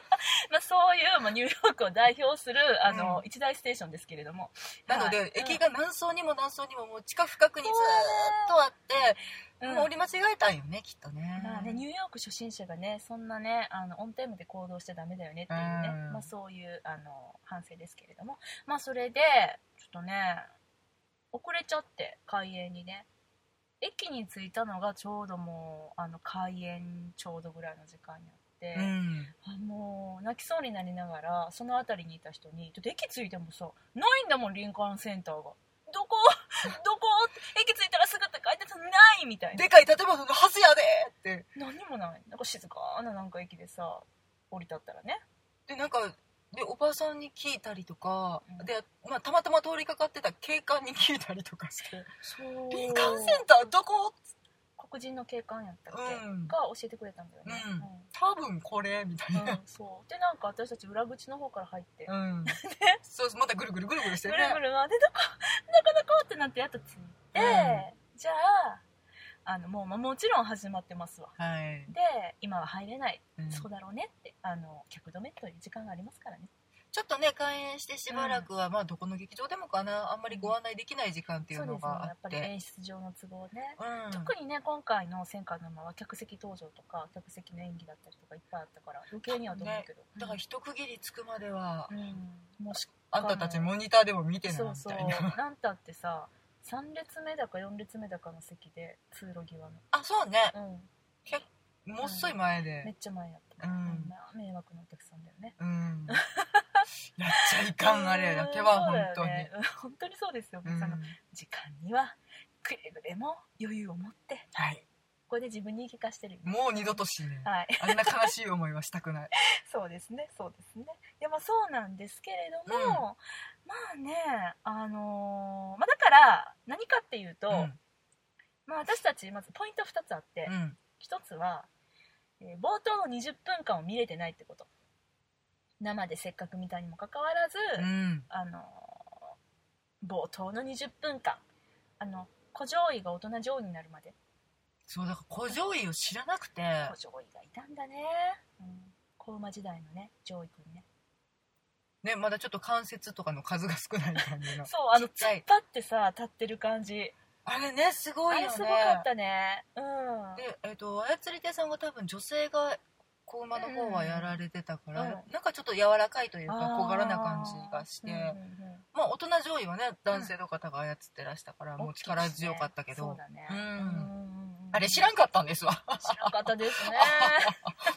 Speaker 1: まあ、そういう、まあ、ニューヨークを代表するあの、一大ステーションですけれども
Speaker 2: なので、
Speaker 1: はい
Speaker 2: 駅が何層にも何層にももう地下深くにずーっとあって、
Speaker 1: うん
Speaker 2: もう折り間違えたんよねきっとね,、
Speaker 1: まあね、ニューヨーク初心者がねそんなねあのオンタイムで行動しちゃダメだよねっていうね、
Speaker 2: うん
Speaker 1: まあ、そういうあの反省ですけれどもまあそれでちょっとね遅れちゃって開園にね駅に着いたのがちょうどもうあの開園ちょうどぐらいの時間になって、
Speaker 2: うん
Speaker 1: あもう泣きそうになりながらその辺りにいた人に「ちょっと駅着いてもさないんだもん林間センターが」どこ どこ駅着いたらすぐって書いてたのないみたいな
Speaker 2: でかい建物のはずやでって
Speaker 1: 何もないなんか静かななんか駅でさ降り立ったらね
Speaker 2: でなんかでおばさんに聞いたりとか、
Speaker 1: うん
Speaker 2: で、まあ、たまたま通りかかってた警官に聞いたりとかして
Speaker 1: そう
Speaker 2: 「林間センターどこ?」
Speaker 1: 黒人の警官やったっけ、
Speaker 2: うん
Speaker 1: が教えてくれたんだよね
Speaker 2: うん多分これ」みたい
Speaker 1: うん、うん
Speaker 2: な、
Speaker 1: そうでなんか私たち裏口の方から入って、
Speaker 2: うんそうまたぐるぐるぐるぐるして
Speaker 1: ぐ
Speaker 2: ね
Speaker 1: るぐる回ってどこ どこどこってなってやっとついて、じゃああのもう、まあ、もちろん始まってますわ
Speaker 2: はい、
Speaker 1: で今は入れない、
Speaker 2: うん
Speaker 1: そうだろうねってあの客止めという時間がありますからね
Speaker 2: ちょっとね開演してしばらくは、まあどこの劇場でもかなあんまりご案内できない時間ってい
Speaker 1: そううで
Speaker 2: の
Speaker 1: すね
Speaker 2: があ
Speaker 1: やっぱ
Speaker 2: っ
Speaker 1: り
Speaker 2: て
Speaker 1: 演出上の都合ね、
Speaker 2: うん
Speaker 1: 特にね今回の「戦火の馬」は客席登場とか客席の演技だったりとかいっぱいあったから余計にはと思うけど、
Speaker 2: だから一区切りつくまでは、
Speaker 1: うん、もうし
Speaker 2: あんたたちモニターでも見てな
Speaker 1: そう
Speaker 2: み
Speaker 1: そう
Speaker 2: たいな
Speaker 1: なんたってさ3列目だか4列目だかの席で通路際の、
Speaker 2: あそうね
Speaker 1: うん、
Speaker 2: もっそい前
Speaker 1: めっ
Speaker 2: で
Speaker 1: ちゃ前やった、
Speaker 2: うん
Speaker 1: まあ迷惑なお客さんだよね
Speaker 2: うんやっちゃいかんあれだけは
Speaker 1: うん
Speaker 2: 本
Speaker 1: そう
Speaker 2: 当
Speaker 1: だよ
Speaker 2: に
Speaker 1: ねうん本当にそうですよ、
Speaker 2: うん
Speaker 1: その時間にはくれぐれも余裕を持って
Speaker 2: はい
Speaker 1: これで自分に言い聞かしてるよ
Speaker 2: もう二度とし ねえ
Speaker 1: はい
Speaker 2: あんな悲しい思いはしたくない
Speaker 1: そうですね、そうですね。いやまあそうなんですけれども、
Speaker 2: うん
Speaker 1: まあね、あのーまあだから何かっていうと、
Speaker 2: うん
Speaker 1: まあ私たちまずポイント2つあって、
Speaker 2: うん
Speaker 1: 1つは、えー冒頭の20分間を見れてないってこと。生でせっかく見たにもかかわらず、
Speaker 2: うん
Speaker 1: あのー冒頭の20分間、あの古上位が大人上位になるまで、
Speaker 2: そうだから古上位を知らなくて
Speaker 1: 古上位がいたんだね。うん、小馬時代のね、上位君ね。
Speaker 2: ねまだちょっと関節とかの数が少ない感じの
Speaker 1: そうあの
Speaker 2: ちっちゃい
Speaker 1: パってさ立ってる感じ
Speaker 2: あれねすご
Speaker 1: あ
Speaker 2: い
Speaker 1: れ
Speaker 2: よ
Speaker 1: すご
Speaker 2: ね
Speaker 1: かったねうん
Speaker 2: でえっ、と操り手さんが多分女性が子馬の方はやられてたから、
Speaker 1: うん
Speaker 2: なんかちょっと柔らかいという
Speaker 1: あ
Speaker 2: か
Speaker 1: ー
Speaker 2: 小柄な感じがして、
Speaker 1: うんうんうん
Speaker 2: まあ大人上位はね男性の方が操ってらしたから、もう
Speaker 1: 大きいしね
Speaker 2: 力強かったけ
Speaker 1: そ
Speaker 2: ど、
Speaker 1: うだね
Speaker 2: うん
Speaker 1: ん
Speaker 2: あれ知らんかったんで すわ
Speaker 1: 知らんかったです ね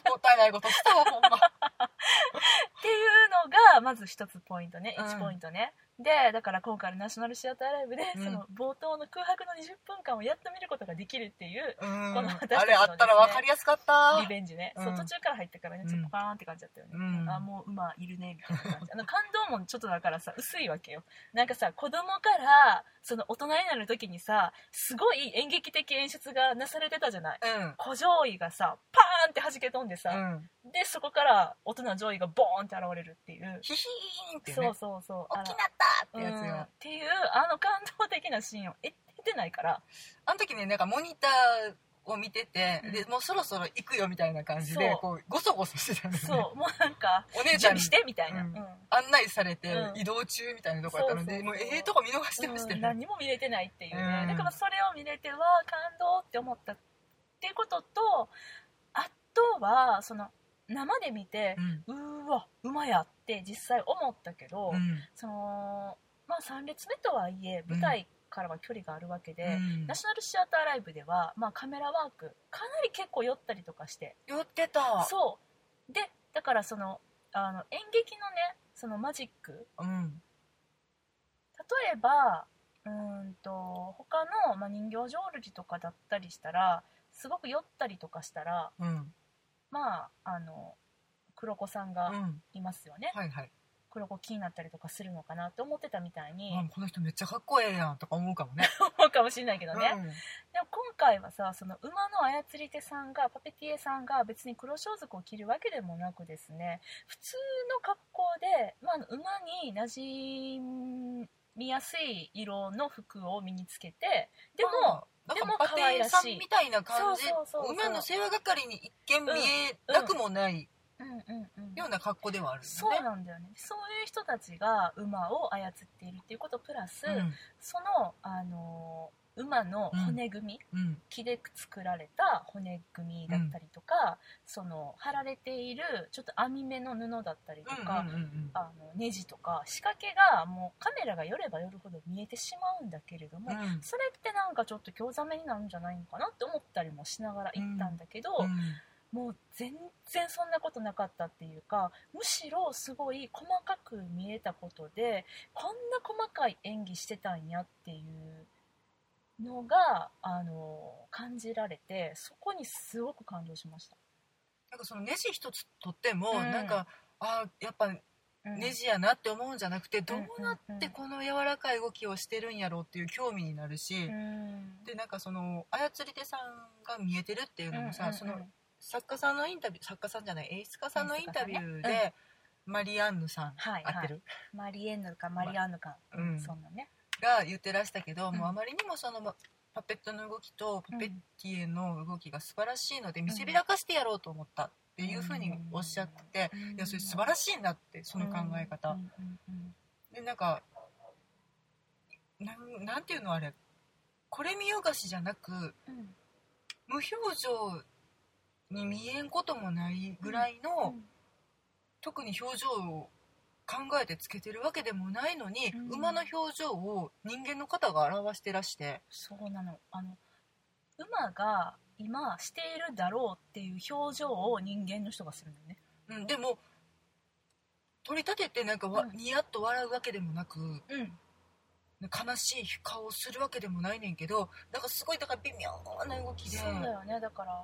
Speaker 2: もったいないことしたわほんま
Speaker 1: っていうのがまず一つポイントね
Speaker 2: うん
Speaker 1: 1ポイントねでだから今回のナショナルシアターライブで
Speaker 2: うん
Speaker 1: その冒頭の空白の20分間をやっと見ることができるっていう
Speaker 2: うん
Speaker 1: この私たちのです
Speaker 2: あ
Speaker 1: ね
Speaker 2: れあったら分かりやすかった
Speaker 1: リベンジね、
Speaker 2: うん
Speaker 1: そう途中から入ったからねちょっとパーンって感じだったよね、
Speaker 2: うん
Speaker 1: あもう馬いるねみたいな感じあの感動もちょっとだからさ薄いわけよなんかさ子供からその大人になる時にさすごい演劇的演出がなされてたじゃない
Speaker 2: うん
Speaker 1: 古上位がさパーンって弾け飛んでさ、
Speaker 2: うん
Speaker 1: でそこから大人の上位がボーンって現れるっていう、
Speaker 2: ヒヒーンってね
Speaker 1: そうそうそう
Speaker 2: 大
Speaker 1: あ
Speaker 2: き
Speaker 1: ら
Speaker 2: なった
Speaker 1: う
Speaker 2: ってやつが、
Speaker 1: んっていうあの感動的なシーンをえ出てない から
Speaker 2: あの時ねなんかモニターを見てて、
Speaker 1: うん
Speaker 2: でもうそろそろ行くよみたいな感じ
Speaker 1: そう
Speaker 2: でこうゴソゴソしてたんです
Speaker 1: そう
Speaker 2: ね
Speaker 1: もうなんか
Speaker 2: お姉ち
Speaker 1: 準備
Speaker 2: ゃんに
Speaker 1: してみたいな、
Speaker 2: うん
Speaker 1: うん
Speaker 2: 案内されて
Speaker 1: うん
Speaker 2: 移動中みたいなとこやったの
Speaker 1: そ
Speaker 2: で、
Speaker 1: うそうそう
Speaker 2: もうええとこ見逃してました
Speaker 1: う
Speaker 2: よ
Speaker 1: ん
Speaker 2: ね、
Speaker 1: 何も見れてないっていうね、
Speaker 2: うん
Speaker 1: だからそれを見れては感動って思ったっていうこととあとはその生で見て
Speaker 2: う、ん
Speaker 1: うーわ馬やって実際思ったけど、
Speaker 2: うん
Speaker 1: そのまあ3列目とはいえ舞台からは距離があるわけで、
Speaker 2: うん
Speaker 1: ナショナルシアターライブでは、まあ、カメラワークかなり結構酔ったりとかして
Speaker 2: 寄ってた
Speaker 1: そうでだからそのあの演劇のねそのマジック
Speaker 2: うん
Speaker 1: 例えばうーんと他の、まあ、人形浄瑠璃とかだったりしたらすごく酔ったりとかしたら
Speaker 2: うん
Speaker 1: まああの黒子さん
Speaker 2: う
Speaker 1: が
Speaker 2: ん
Speaker 1: いますよね、
Speaker 2: はいはい、
Speaker 1: 黒子気になったりとかするのかなって思ってたみたいに
Speaker 2: あこの人めっちゃかっこええやんとか思うかもね
Speaker 1: 思うかもしれないけどね、
Speaker 2: うん
Speaker 1: でも今回はさその馬の操り手さんがパペティエさんが別に黒装束を着るわけでもなくですね普通の格好で、まあ、馬に馴染みやすい色の服を身につけてでも、
Speaker 2: まあ
Speaker 1: でも
Speaker 2: なんか
Speaker 1: 可愛
Speaker 2: 馬
Speaker 1: ら
Speaker 2: 亭さ
Speaker 1: し
Speaker 2: ん
Speaker 1: い
Speaker 2: みたいな感じ
Speaker 1: そうそうそうそう
Speaker 2: 馬の世話係に一見見えなくもない
Speaker 1: うんうんうん
Speaker 2: ような格好ではあるよね
Speaker 1: そうなんだよねそういう人たちが馬を操っているっていうことプラス、
Speaker 2: うん
Speaker 1: その、あのー馬の骨組み、
Speaker 2: うん
Speaker 1: 木で作られた骨組みだったりとか、その貼られているちょっと網目の布だったりとか、
Speaker 2: うんうんうん
Speaker 1: あのネジとか仕掛けがもうカメラが寄れば寄るほど見えてしまうんだけれども、
Speaker 2: うんうん
Speaker 1: それってなんかちょっと興ざめになるんじゃないのかなって思ったりもしながら行ったんだけど、もう全然そんなことなかったっていうかむしろすごい細かく見えたことでこんな細かい演技してたんやっていうのがあの感じられてそこにすごく感動しました。
Speaker 2: なんかそのネジ一つとっても、
Speaker 1: うん
Speaker 2: なんかあーやっぱ
Speaker 1: うん
Speaker 2: ネジやなって思うんじゃなくて、ど
Speaker 1: ん
Speaker 2: うなってこの柔らかい動きをしてるんやろうっていう興味になるし、
Speaker 1: うん
Speaker 2: でなんかその操り手さんが見えてるっていうのもさ、
Speaker 1: うんうんうん
Speaker 2: その作家さんのインタビュー作家さんじゃない演出家さんのインタビュー
Speaker 1: 演出家
Speaker 2: で、
Speaker 1: さんね
Speaker 2: マリアンヌさん、
Speaker 1: はい
Speaker 2: 合
Speaker 1: は
Speaker 2: っ
Speaker 1: い
Speaker 2: てる、
Speaker 1: マリエンヌかマリアンヌか、
Speaker 2: まうん
Speaker 1: そんなね、
Speaker 2: が言ってらしたけど、
Speaker 1: うん
Speaker 2: もうあまりにもそのまパペットの動きとパペッティエの動きが素晴らしいので、見せびらかしてやろうと思ったっていうふうにおっしゃってて、
Speaker 1: うん
Speaker 2: いやそれ素晴らしいんだってその考え方。
Speaker 1: うんうんうん
Speaker 2: でなんかなんなんていうのあれこれ見よがしじゃなく
Speaker 1: うんうん
Speaker 2: 無表情に見えんこともないぐらいの、
Speaker 1: うん
Speaker 2: 特に表情を考えてつけてるわけでもないのに、
Speaker 1: うん
Speaker 2: 馬の表情を人間の方が表してらして、
Speaker 1: そうなのあの馬が今しているだろうっていう表情を人間の人がするのよね
Speaker 2: うん、でも取り立ててなんかわ、
Speaker 1: うん
Speaker 2: ニヤッと笑うわけでもなく
Speaker 1: うん
Speaker 2: 悲しい顔をするわけでもないねんけどだからすごいだから微妙な動きで
Speaker 1: そうだよねだから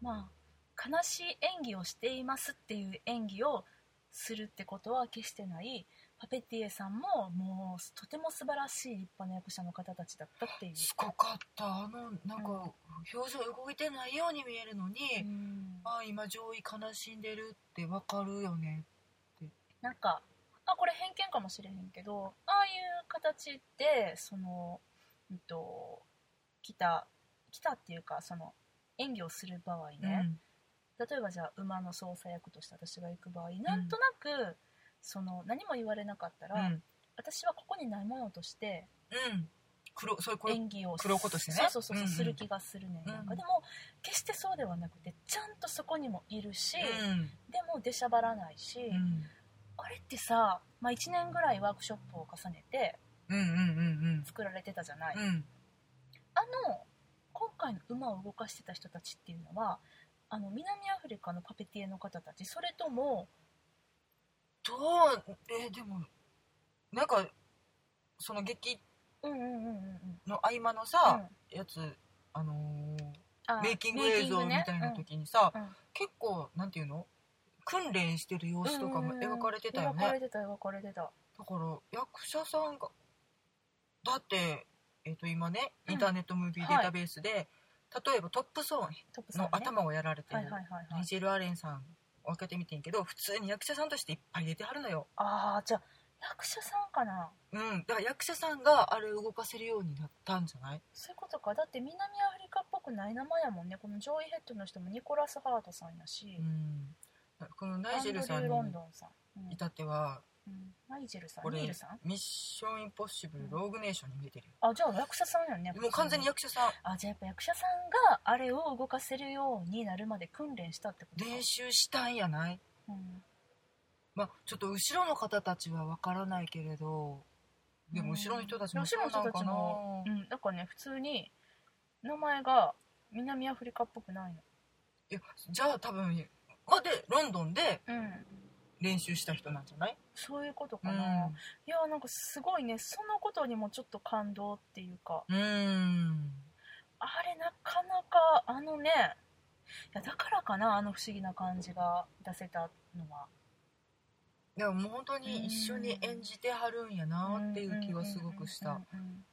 Speaker 1: まあ悲しい演技をしていますっていう演技をするってことは決してないパペティエさんももうとても素晴らしい立派な役者の方たちだったっていう
Speaker 2: すごかったあのなんか表情動いてないように見えるのに、
Speaker 1: うん
Speaker 2: ああ今上位悲しんでるってわかるよね
Speaker 1: なんかあこれ偏見かもしれへんけどああいう形でその、うん、と来た来たっていうかその演技をする場合ね、例えばじゃあ馬の操作役として私が行く場合なんとなく、その何も言われなかった
Speaker 2: うん、う
Speaker 1: ら、
Speaker 2: ん
Speaker 1: 私はここにないものとして
Speaker 2: うん、黒それこれ
Speaker 1: 演技を
Speaker 2: 黒子としてね
Speaker 1: そうそうそうそう、
Speaker 2: うんうん
Speaker 1: する気がするね、
Speaker 2: うん
Speaker 1: なんかでも決してそうではなくてちゃんとそこにもいるし、
Speaker 2: うん
Speaker 1: でも出しゃばらないし、
Speaker 2: うん
Speaker 1: あれってさ、まあ、1年ぐらいワークショップを重ねて
Speaker 2: うんうん
Speaker 1: 作られてたじゃない、
Speaker 2: うんうんうん
Speaker 1: あの今回の馬を動かしてた人たちっていうのはあの南アフリカのパペティエの方たちそれとも
Speaker 2: どうえでもなんかその劇
Speaker 1: うんうんうんうんうん
Speaker 2: の合間の
Speaker 1: あ
Speaker 2: さ、やつあのー
Speaker 1: あ
Speaker 2: メイキング映像みたいな
Speaker 1: メイキングね
Speaker 2: 時にさ、
Speaker 1: うんうん
Speaker 2: 結構なんていうの訓練してる様子とかも
Speaker 1: うんうんうん
Speaker 2: 描かれてたよね、
Speaker 1: 描かれてた描かれてた
Speaker 2: だから役者さんがだって、えっと今ね
Speaker 1: うん
Speaker 2: インターネットムービーデータベースで、例えばトップソ
Speaker 1: トップ
Speaker 2: ーン
Speaker 1: さん、
Speaker 2: の
Speaker 1: ね、
Speaker 2: 頭をやられて
Speaker 1: は
Speaker 2: る、
Speaker 1: いはいはいは
Speaker 2: ニ
Speaker 1: い
Speaker 2: ジェル・アレンさんを開けてみてんけど普通に役者さんとしていっぱい出てはるのよ、
Speaker 1: ああじゃあ役者さんかな
Speaker 2: うん、だから役者さんがあれを動かせるようになったんじゃない
Speaker 1: そういうことかだって南アフリカっぽくない名前やもんねこのジョイヘッドの人もニコラス・ハートさんやし、
Speaker 2: うんこのナイジェルさ
Speaker 1: アンドリ
Speaker 2: んに
Speaker 1: ュー・ロンドンさん、うん
Speaker 2: 至っては
Speaker 1: うんナイジェルさ
Speaker 2: こ
Speaker 1: ん
Speaker 2: れ
Speaker 1: ニールさん
Speaker 2: ミッション・インポッシブル・ローグ・ネーションに見えてるよ
Speaker 1: あじゃあ役者さんやね
Speaker 2: もう完全に役者さん
Speaker 1: あじゃあやっぱ役者さんがあれを動かせるようになるまで訓練したってことか
Speaker 2: 練習したんやない
Speaker 1: うん
Speaker 2: まあ、ちょっと後ろの方たちは分からないけれどでも後ろの人たちも
Speaker 1: 後
Speaker 2: そ
Speaker 1: ろの
Speaker 2: うな
Speaker 1: 人
Speaker 2: の
Speaker 1: た
Speaker 2: か
Speaker 1: ち
Speaker 2: な
Speaker 1: も、うん、だからね普通に名前が南アフリカっぽくないの
Speaker 2: いやじゃあ多分まあでロンドンで
Speaker 1: うん
Speaker 2: 練習した人なんじゃない
Speaker 1: そういうことかな、いやなんかすごいねそのことにもちょっと感動っていうか
Speaker 2: うんうん
Speaker 1: あれなかなかあのねいやだからかなあの不思議な感じが出せたのは
Speaker 2: でももう本当に一緒に演じてはるんやなっていう気はすごくした
Speaker 1: うんうんうんうんうん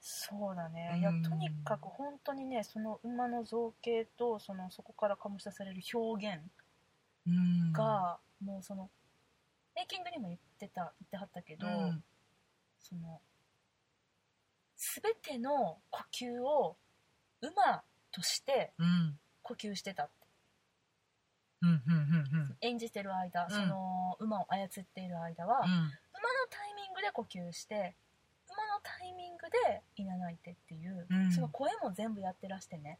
Speaker 1: そうだねいや
Speaker 2: うん
Speaker 1: とにかく本当にねその馬の造形とそのそこから醸し出される表現
Speaker 2: うん
Speaker 1: が、もうそのメイキングにも言ってた言ってはったけど、
Speaker 2: うん
Speaker 1: その全ての呼吸を馬として
Speaker 2: うん
Speaker 1: 呼吸してたって
Speaker 2: うんうんうん
Speaker 1: 演じてる間、
Speaker 2: うん
Speaker 1: その馬を操っている間は、
Speaker 2: う
Speaker 1: 馬の
Speaker 2: ん
Speaker 1: タイミングで呼吸して馬のタイミングでいなないてっていう、
Speaker 2: うん
Speaker 1: その声も全部やってらしてね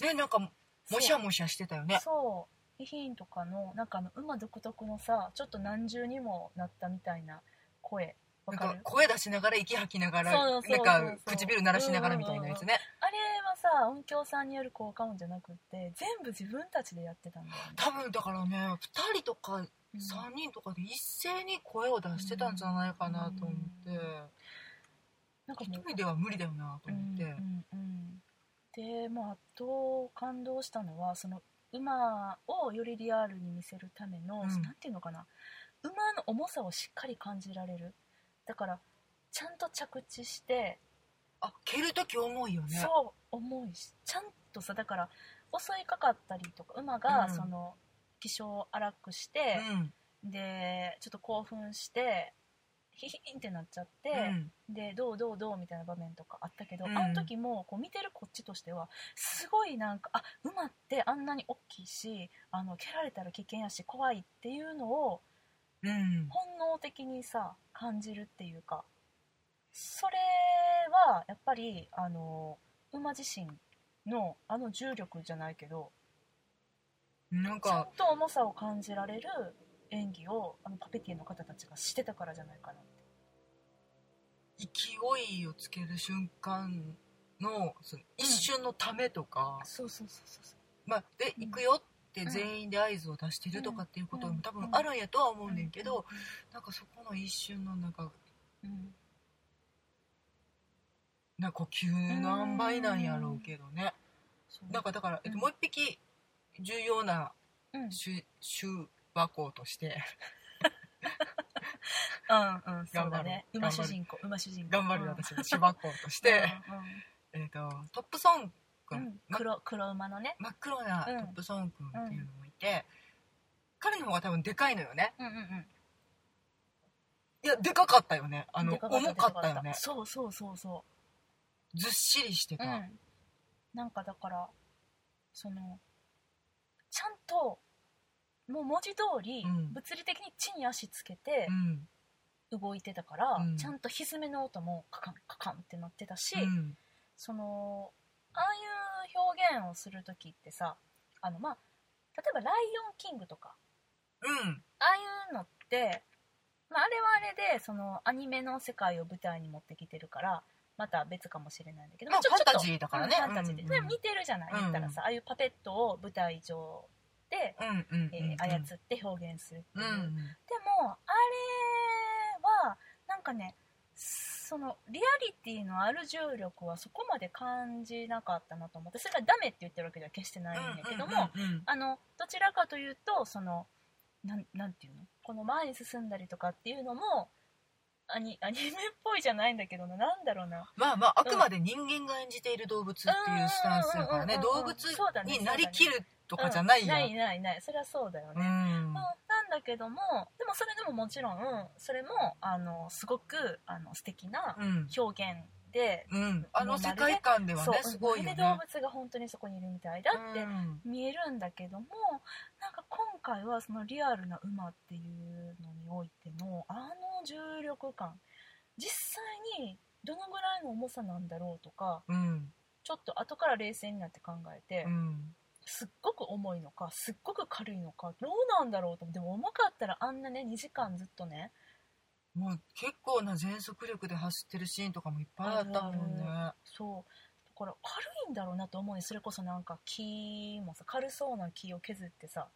Speaker 2: ねなんかも
Speaker 1: そう
Speaker 2: しゃもしゃしてたよね
Speaker 1: そうヒヒンとかのなんかあの馬独特のさちょっと何重にもなったみたいな声わ
Speaker 2: なん
Speaker 1: か
Speaker 2: か
Speaker 1: る
Speaker 2: 声出しながら息吐きながら
Speaker 1: そうそうそうそう
Speaker 2: なんか唇鳴らしながらみたいなやつね、
Speaker 1: あれはさ音響さんによる効果音じゃなくって全部自分たちでやってたんだよね、
Speaker 2: 多分だからね2人とか
Speaker 1: うん
Speaker 2: 3人とかで一斉に声を出してたんじゃないかなと思って、
Speaker 1: なんか
Speaker 2: 一
Speaker 1: もう
Speaker 2: 人では無理だよなと思って、
Speaker 1: うんうんうんでもうあと感動したのはその馬をよりリアルに見せるための、
Speaker 2: うん
Speaker 1: なんていうのかな馬の重さをしっかり感じられるだからちゃんと着地して、
Speaker 2: あ蹴る時重いよね
Speaker 1: そう重いしちゃんとさだから襲いかかったりとか馬が
Speaker 2: うん
Speaker 1: その気性を荒くして、
Speaker 2: うん
Speaker 1: でちょっと興奮してヒヒンってなっちゃって、
Speaker 2: うん
Speaker 1: でどうどうどうみたいな場面とかあったけど、
Speaker 2: うん
Speaker 1: あの時もこう見てるこっちとしてはすごいなんかあ馬ってあんなに大きいしあの蹴られたら危険やし怖いっていうのを
Speaker 2: うん
Speaker 1: 本能的にさ感じるっていうかそれはやっぱりあの馬自身のあの重力じゃないけど
Speaker 2: なん
Speaker 1: ちゃん
Speaker 2: か
Speaker 1: と重さを感じられる演技をあのパペティエの方たちがしてたからじゃないかなって
Speaker 2: 勢いをつける瞬間のその一瞬のためとか、
Speaker 1: そうそうそうそうそう
Speaker 2: まあ、で
Speaker 1: うん
Speaker 2: 行くよって全員で合図を出してるとかっていうこと
Speaker 1: うん
Speaker 2: も多分あるんやとは思うねんけど、
Speaker 1: うん
Speaker 2: なんかそこの一瞬のなんか
Speaker 1: うん
Speaker 2: なんか急何倍なんやろうけどね、
Speaker 1: そう
Speaker 2: なんかだから、えっと
Speaker 1: うん
Speaker 2: もう一匹重要な
Speaker 1: うん
Speaker 2: 種種和光として
Speaker 1: うんうんそう
Speaker 2: 頑張
Speaker 1: だ
Speaker 2: る
Speaker 1: ね馬
Speaker 2: 頑張る
Speaker 1: 主人公馬主人公
Speaker 2: 頑張るよ
Speaker 1: うん
Speaker 2: 私の種和光として、えっとトップソン
Speaker 1: うん
Speaker 2: 君、
Speaker 1: うんうん黒黒馬のね
Speaker 2: 真っ黒なト
Speaker 1: うん
Speaker 2: ップソン君っていうのもいて、彼の方が多分でかいのよね
Speaker 1: うんうんうん
Speaker 2: いやでかかったよねあ
Speaker 1: あ
Speaker 2: の重かったよね
Speaker 1: そうそうそうそ
Speaker 2: ずっしりして
Speaker 1: うう
Speaker 2: た、
Speaker 1: んなんかだからそのちゃんともう文字通り
Speaker 2: うん
Speaker 1: 物理的に地に足つけて
Speaker 2: うん
Speaker 1: 動いてたから
Speaker 2: うん
Speaker 1: ちゃんと蹄の音もカカンカカンってなってたし
Speaker 2: うん
Speaker 1: そのああいう表現をする時ってさあのまあ例えば「ライオンキング」とか
Speaker 2: うん
Speaker 1: ああいうのって、まあ、あれはあれでそのアニメの世界を舞台に持ってきてるからまた別かもしれないんだけど、
Speaker 2: まあ
Speaker 1: ちょちょっと
Speaker 2: ファンタジーだからね
Speaker 1: うんファンタジーで、
Speaker 2: うん
Speaker 1: それ似てるじゃない、
Speaker 2: うん
Speaker 1: 言ったらさああいうパペットを舞台上で、
Speaker 2: うんうんうん
Speaker 1: えー操って表現するって
Speaker 2: う
Speaker 1: い
Speaker 2: ん
Speaker 1: う、
Speaker 2: う
Speaker 1: で
Speaker 2: ん
Speaker 1: もあれはなんかねそのリアリティのある重力はそこまで感じなかったなと思ってそれがダメって言ってるわけでは決してないんだけども、
Speaker 2: うんうんうん
Speaker 1: あのどちらかというとそのなんなんていうのこの前に進んだりとかっていうのもアニアニメっぽいじゃないんだけどななんだろうな
Speaker 2: まあまああくまで人間が演じている動物っていうスタンスだからね
Speaker 1: うんうんうんうんう
Speaker 2: 動
Speaker 1: ん
Speaker 2: 物
Speaker 1: そうだね
Speaker 2: になりきるとかじゃない
Speaker 1: うん
Speaker 2: や
Speaker 1: ない
Speaker 2: ん
Speaker 1: ないないそれはそうだよね、
Speaker 2: う
Speaker 1: うん
Speaker 2: ん
Speaker 1: なんだけどもでもそれでももちろんそれもあのすごくあの素敵な
Speaker 2: うん
Speaker 1: 表現で、
Speaker 2: うんあの世界観では
Speaker 1: そう
Speaker 2: ねすごいよ
Speaker 1: ま
Speaker 2: ね
Speaker 1: るで動物が本当にそこにいるみたいだって
Speaker 2: うん
Speaker 1: 見えるんだけどもなんか今回はそのリアルな馬っていうのにおいてのあの重力感実際にどのぐらいの重さなんだろうとか
Speaker 2: うん
Speaker 1: ちょっと後から冷静になって考えて、
Speaker 2: うん
Speaker 1: すっごく重いのかすっごく軽いのかどうなんだろうと思ってでも重かったらあんなね2時間ずっとね
Speaker 2: もう結構な全速力で走ってるシーンとかもいっぱいあったもんね
Speaker 1: そうだから軽いんだろうなと思うねそれこそなんか木もさ軽そうな木を削ってさ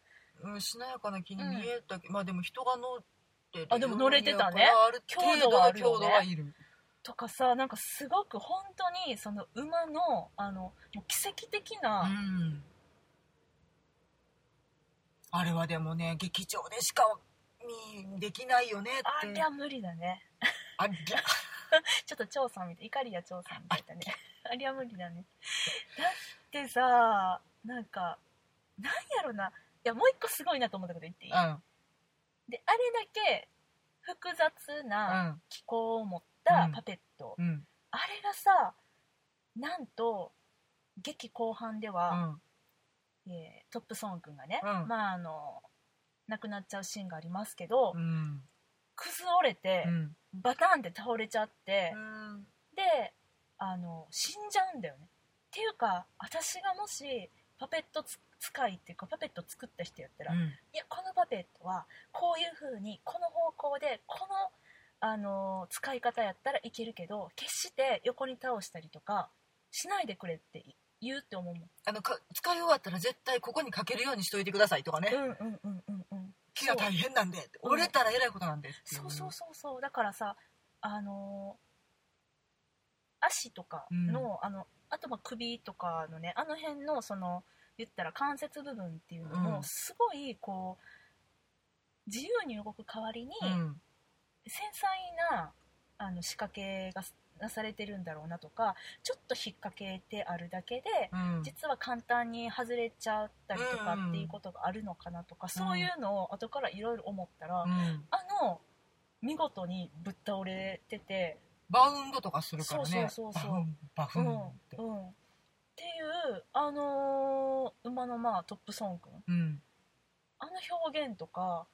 Speaker 2: うんしなやかな気に見えたけどまあでも人が乗ってる
Speaker 1: あでも乗れてたね
Speaker 2: ある程
Speaker 1: 強
Speaker 2: 度
Speaker 1: 度はあ
Speaker 2: の
Speaker 1: るよね
Speaker 2: 強度はいる
Speaker 1: とかさなんかすごく本当にその馬のあのもう奇跡的
Speaker 2: う
Speaker 1: な、
Speaker 2: んあれはでもね劇場でしか見できないよねって
Speaker 1: ありゃ無理だね
Speaker 2: ありゃ
Speaker 1: ちょっと張さんみたい怒りや張さんみたい だねありゃ無理だねだってさなんかなんやろないやもう一個すごいなと思ったこと言っていいであれだけ複雑な気候を持ったパペット、
Speaker 2: うんうん
Speaker 1: あれがさなんと劇後半で
Speaker 2: う
Speaker 1: は、
Speaker 2: ん
Speaker 1: えートップソン君がね、
Speaker 2: うん
Speaker 1: まああの亡くなっちゃうシーンがありますけど、
Speaker 2: うん
Speaker 1: 崩れて、
Speaker 2: うん
Speaker 1: バタンって倒れちゃって、
Speaker 2: うん
Speaker 1: であの死んじゃうんだよねっていうか私がもしパペットつ使いっていうかパペット作った人やったら、いやこのパペットはこういう風にこの方向でこのあの使い方やったらいけるけど決して横に倒したりとかしないでくれって言うって思うもん
Speaker 2: あのか使い終わったら絶対ここにかけるようにしといてくださいとかね
Speaker 1: うんうんうんうんうん
Speaker 2: 木が大変なんで
Speaker 1: うん
Speaker 2: 折れたらえらいことなんでってい
Speaker 1: そうそうそうそうだからさあのー足とかの,、あのあとまあ首とかのねあの辺のその言ったら関節部分っていうの
Speaker 2: うん
Speaker 1: もすごいこう自由に動く代わりに
Speaker 2: うん
Speaker 1: 繊細なあの仕掛けがなされてるんだろうなとかちょっと引っ掛けてあるだけで
Speaker 2: うん
Speaker 1: 実は簡単に外れちゃったりとかっていうことがあるのかなとかそういうのを後からいろいろ思ったら
Speaker 2: うん
Speaker 1: あの見事にぶっ倒れてて、
Speaker 2: バウンドとかするからね
Speaker 1: そうそうそうそう
Speaker 2: バ
Speaker 1: う
Speaker 2: フン
Speaker 1: ん
Speaker 2: バ
Speaker 1: う
Speaker 2: フ
Speaker 1: ん
Speaker 2: ン
Speaker 1: っ
Speaker 2: っ
Speaker 1: て
Speaker 2: て
Speaker 1: いう、あのー馬の、まあ、トップソン君
Speaker 2: うん
Speaker 1: あの表現とか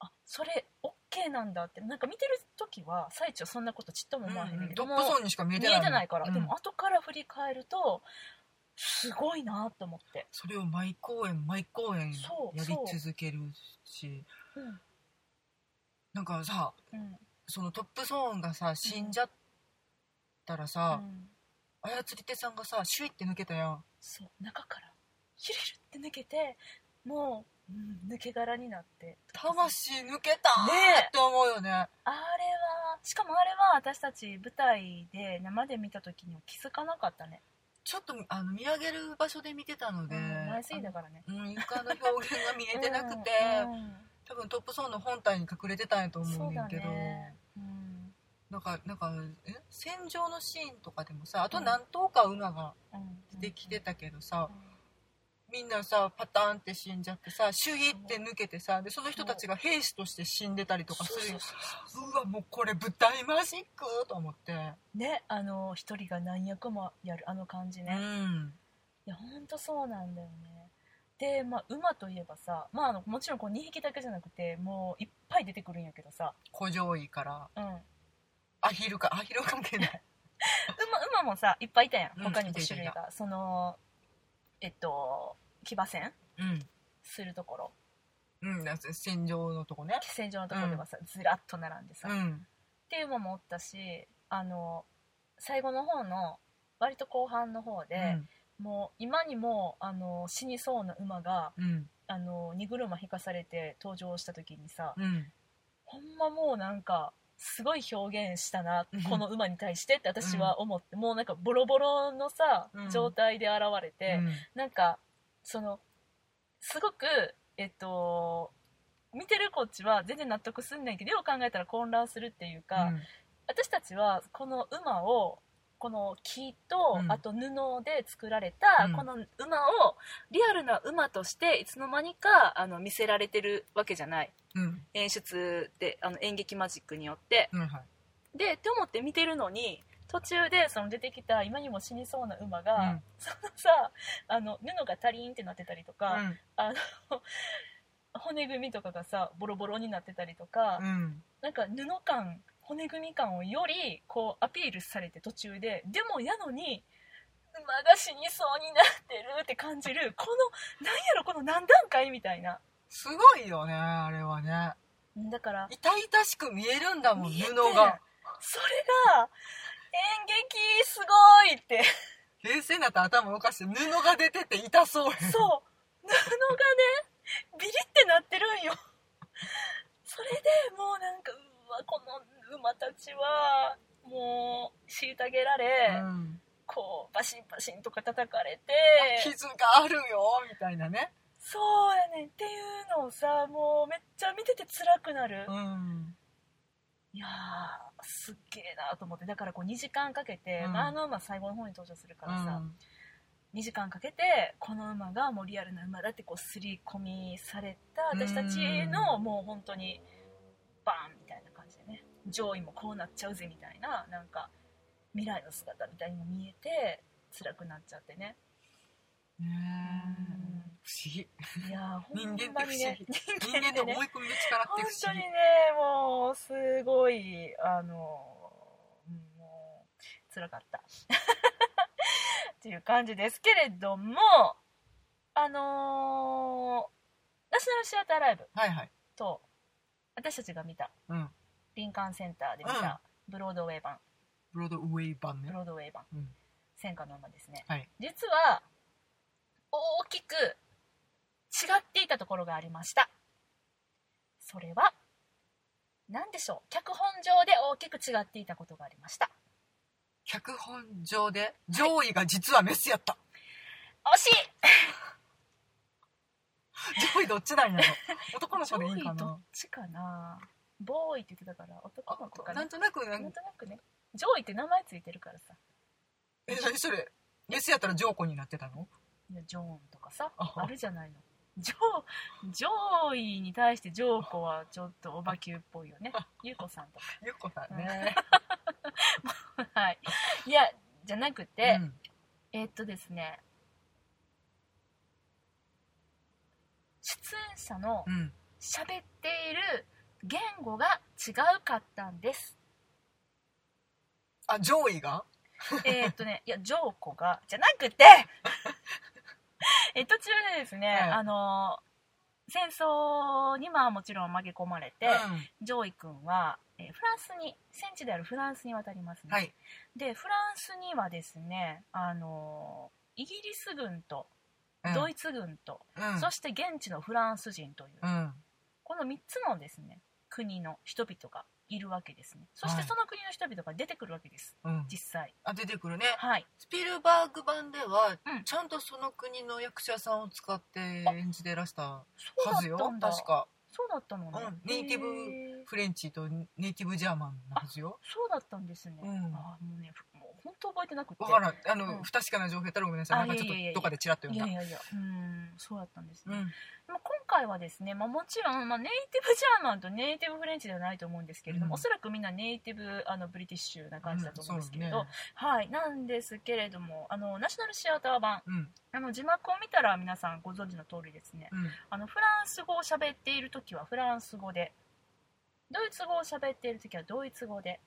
Speaker 1: あそれ OK なんだってなんか見てる時は最中そんなことちっとも思わへんねんけ
Speaker 2: ド
Speaker 1: ど
Speaker 2: ッ
Speaker 1: も、
Speaker 2: プソンにしか見え
Speaker 1: 見
Speaker 2: て
Speaker 1: え
Speaker 2: ない
Speaker 1: てないから、
Speaker 2: うん
Speaker 1: でも後から振り返るとすごいなと思って、
Speaker 2: それを毎公演毎公演
Speaker 1: そう
Speaker 2: やり
Speaker 1: そう
Speaker 2: 続けるし
Speaker 1: うん
Speaker 2: なんかさ
Speaker 1: うん
Speaker 2: そのトップソーンがさ死んじゃったらさ、
Speaker 1: うん
Speaker 2: 操り手さんがさシュイって抜けたやん
Speaker 1: そう中からヒュルルって抜けてもう、うん抜け殻になって
Speaker 2: 魂抜けたー
Speaker 1: ねえ
Speaker 2: って思うよね
Speaker 1: あれはしかもあれは私たち舞台で生で見た時には気づかなかったね、
Speaker 2: ちょっとあの見上げる場所で見てたので、
Speaker 1: うん、前すぎだからね
Speaker 2: うん、床の表現が見えてなくて、
Speaker 1: うんうん
Speaker 2: 多分トップソーンの本体に隠れてたんやと思
Speaker 1: そうう
Speaker 2: ねん
Speaker 1: だ
Speaker 2: けど、
Speaker 1: ね、うん
Speaker 2: なんかなんかえ戦場のシーンとかでもさあと何頭か馬が
Speaker 1: うん、
Speaker 2: 出てきて
Speaker 1: た、
Speaker 2: たけどさ、みんなさパターンって死んじゃってさシュイって抜けてさでその人たちが兵士として死んでたりとかする
Speaker 1: そうう
Speaker 2: わもうこれ舞台マジックと思って、
Speaker 1: ねあの一人が何役もやるあの感じ
Speaker 2: う
Speaker 1: ね、い
Speaker 2: ん
Speaker 1: やほんとそうなんだよねで、まあ、馬といえばさ、まあ、あのもちろんこう2匹だけじゃなくてもういっぱい出てくるんやけどさ、
Speaker 2: 古城医から
Speaker 1: うん、馬
Speaker 2: アヒルかアヒルは関 係ない
Speaker 1: 馬もさいっぱいいたやん
Speaker 2: うん
Speaker 1: 他に
Speaker 2: い
Speaker 1: も
Speaker 2: たいた
Speaker 1: 種類が、そのえっと騎馬戦
Speaker 2: うん
Speaker 1: するところ
Speaker 2: うん、だから戦場のとこね
Speaker 1: 気戦場のところではさ、ずらっと並んでさ、
Speaker 2: う
Speaker 1: っ
Speaker 2: ん
Speaker 1: ていうのもおったしあの最後の方の割と後半の方で、もう今にもあの死にそうな馬が
Speaker 2: うん
Speaker 1: あの荷車引かされて登場した時にさ、
Speaker 2: うん
Speaker 1: ほんまもうなんかすごい表現したな、
Speaker 2: うん
Speaker 1: この馬に対してって私は思って、もうなんかボロボロのさ、
Speaker 2: うん
Speaker 1: 状態で現れて、
Speaker 2: うん
Speaker 1: なんかそのすごくえっと見てるこっちは全然納得すんないけどよう考えたら混乱するっていうか、
Speaker 2: うん
Speaker 1: 私たちはこの馬をこの木と、
Speaker 2: うん
Speaker 1: あと布で作られた、
Speaker 2: うん
Speaker 1: この馬をリアルな馬としていつの間にかあの見せられてるわけじゃない
Speaker 2: うん
Speaker 1: 演出であの演劇マジックによって。
Speaker 2: うんはい
Speaker 1: でって思って見てるのに途中でその出てきた今にも死にそうな馬が、
Speaker 2: うん
Speaker 1: そのさあの布がタリーンってなってたりとか、
Speaker 2: うん
Speaker 1: あの骨組みとかがさボロボロになってたりとか、
Speaker 2: うん
Speaker 1: なんか布感骨組み感をよりこうアピールされて途中ででもやのに馬が死にそうになってるって感じるこのなんやろこの何段階みたいな
Speaker 2: すごいよねあれはね
Speaker 1: だから
Speaker 2: 痛々しく見えるんだもん
Speaker 1: 見えて
Speaker 2: 布が
Speaker 1: それが演劇すごいって
Speaker 2: 冷静になったら頭おかしい布が出てて痛そうや
Speaker 1: そう布がねビリってなってるんよそれでもうなんかうわこの馬たちはもう虐げられ、
Speaker 2: うん
Speaker 1: こうバシンバシンとか叩かれて
Speaker 2: 傷があるよみたいなね
Speaker 1: そうやねんっていうのをさもうめっちゃ見てて辛くなる、
Speaker 2: うん
Speaker 1: いやーすっげえなと思ってだからこう2時間かけて、
Speaker 2: うん
Speaker 1: まあ、あの馬最後の方に登場するからさ、2時間かけてこの馬がもうリアルな馬だってこう刷り込みされた私たちのもう本当にバーンみたいな感じでね上位もこうなっちゃうぜみたいななんか未来の姿みたいにも見えて辛くなっちゃってね
Speaker 2: ね
Speaker 1: うん
Speaker 2: 不 思議
Speaker 1: いやーほ
Speaker 2: 人間って
Speaker 1: ん
Speaker 2: 不
Speaker 1: ま
Speaker 2: 思
Speaker 1: に
Speaker 2: 議、
Speaker 1: ね
Speaker 2: 人間の思い込みの力っ
Speaker 1: 本
Speaker 2: て不
Speaker 1: 当
Speaker 2: 思
Speaker 1: に
Speaker 2: 議
Speaker 1: ねもうすごいあのうんもう辛かった っていう感じですけれどもあのーナショナルシアターライブ
Speaker 2: はいはい
Speaker 1: と私たちが見た
Speaker 2: うん
Speaker 1: 林間センターで見たブロードウェイ版、
Speaker 2: ブロードウェイ版ね
Speaker 1: ブロードウェイ版
Speaker 2: うん
Speaker 1: 戦火の馬ですね、
Speaker 2: はい
Speaker 1: 実は大きく違っていたところがありましたそれは何でしょう脚本上で大きく違っていたことがありました
Speaker 2: 脚本上で上位が実はメスやった、
Speaker 1: 惜しい
Speaker 2: 上位どっ ちなんやろ男の子でい
Speaker 1: 上
Speaker 2: いか
Speaker 1: 位ど
Speaker 2: な
Speaker 1: っちかなボーイって言ってたから男の子か
Speaker 2: あ
Speaker 1: ななん
Speaker 2: なんとなくなん
Speaker 1: となくね上位って名前ついてるからさ
Speaker 2: え何それメスやったら上子になってたの
Speaker 1: ジョーンとかさ
Speaker 2: あ
Speaker 1: あるじゃないの上上位に対してジョーコはちょっとおばきゅうっぽいよねゆうこさんとか
Speaker 2: ゆっこさんね、
Speaker 1: はい、いやじゃなくて、
Speaker 2: うん
Speaker 1: えーっとですね出演者の
Speaker 2: うん
Speaker 1: 喋っている言語が違うかったん です
Speaker 2: あ上位が
Speaker 1: えーっとねいやジョーコがじゃなく てえ途中でですね、
Speaker 2: はい
Speaker 1: あの戦争にまあもちろん紛れ込まれて、
Speaker 2: う
Speaker 1: ジョイ君は、えーフランスに戦地であるフランスに渡りますね、
Speaker 2: ん、はい
Speaker 1: でフランスにはですね、あのーイギリス軍とドイツ軍と、
Speaker 2: うんうん
Speaker 1: そして現地のフランス人という、
Speaker 2: うん
Speaker 1: この3つのですね国の人々がいるわけですねそして
Speaker 2: はい
Speaker 1: その国の人々が出てくるわけです
Speaker 2: うん
Speaker 1: 実際
Speaker 2: あ出てくるね
Speaker 1: はい
Speaker 2: スピルバーグ版では、
Speaker 1: うん
Speaker 2: ちゃんとその国の役者さんを使って演じてらしたは
Speaker 1: そうだっ
Speaker 2: ずよ
Speaker 1: たんだ
Speaker 2: 確か
Speaker 1: そうだったのね、
Speaker 2: うんネイティブ
Speaker 1: へー
Speaker 2: フレンチとネイティブジャーマンのは ずよ
Speaker 1: そうだったんですね、
Speaker 2: うん
Speaker 1: あーもうねふもう本当覚えてなくて
Speaker 2: わからんあの、
Speaker 1: うん
Speaker 2: 不確かな情報やったらごめんなさい
Speaker 1: あ
Speaker 2: なんかちょ
Speaker 1: い
Speaker 2: っ
Speaker 1: やいやいや
Speaker 2: とどっかでチラッと読
Speaker 1: い
Speaker 2: ん
Speaker 1: や
Speaker 2: だ
Speaker 1: いやいやうんそうだったんですね、
Speaker 2: うん
Speaker 1: まあ、今回はですね、まあ、もちろん、まあ、ネイティブジャーマンとネイティブフレンチではないと思うんですけれども、
Speaker 2: うん
Speaker 1: おそらくみんなネイティブあのブリティッシュな感じだと思うんですけれど、
Speaker 2: うん
Speaker 1: はいなんですけれどもあのナショナルシアター版
Speaker 2: そうね
Speaker 1: あの字幕を見たら皆さんご存知の通りですね
Speaker 2: うんうん
Speaker 1: あのフランス語を喋っている時はフランス語でドイツ語を喋っている時はドイツ語で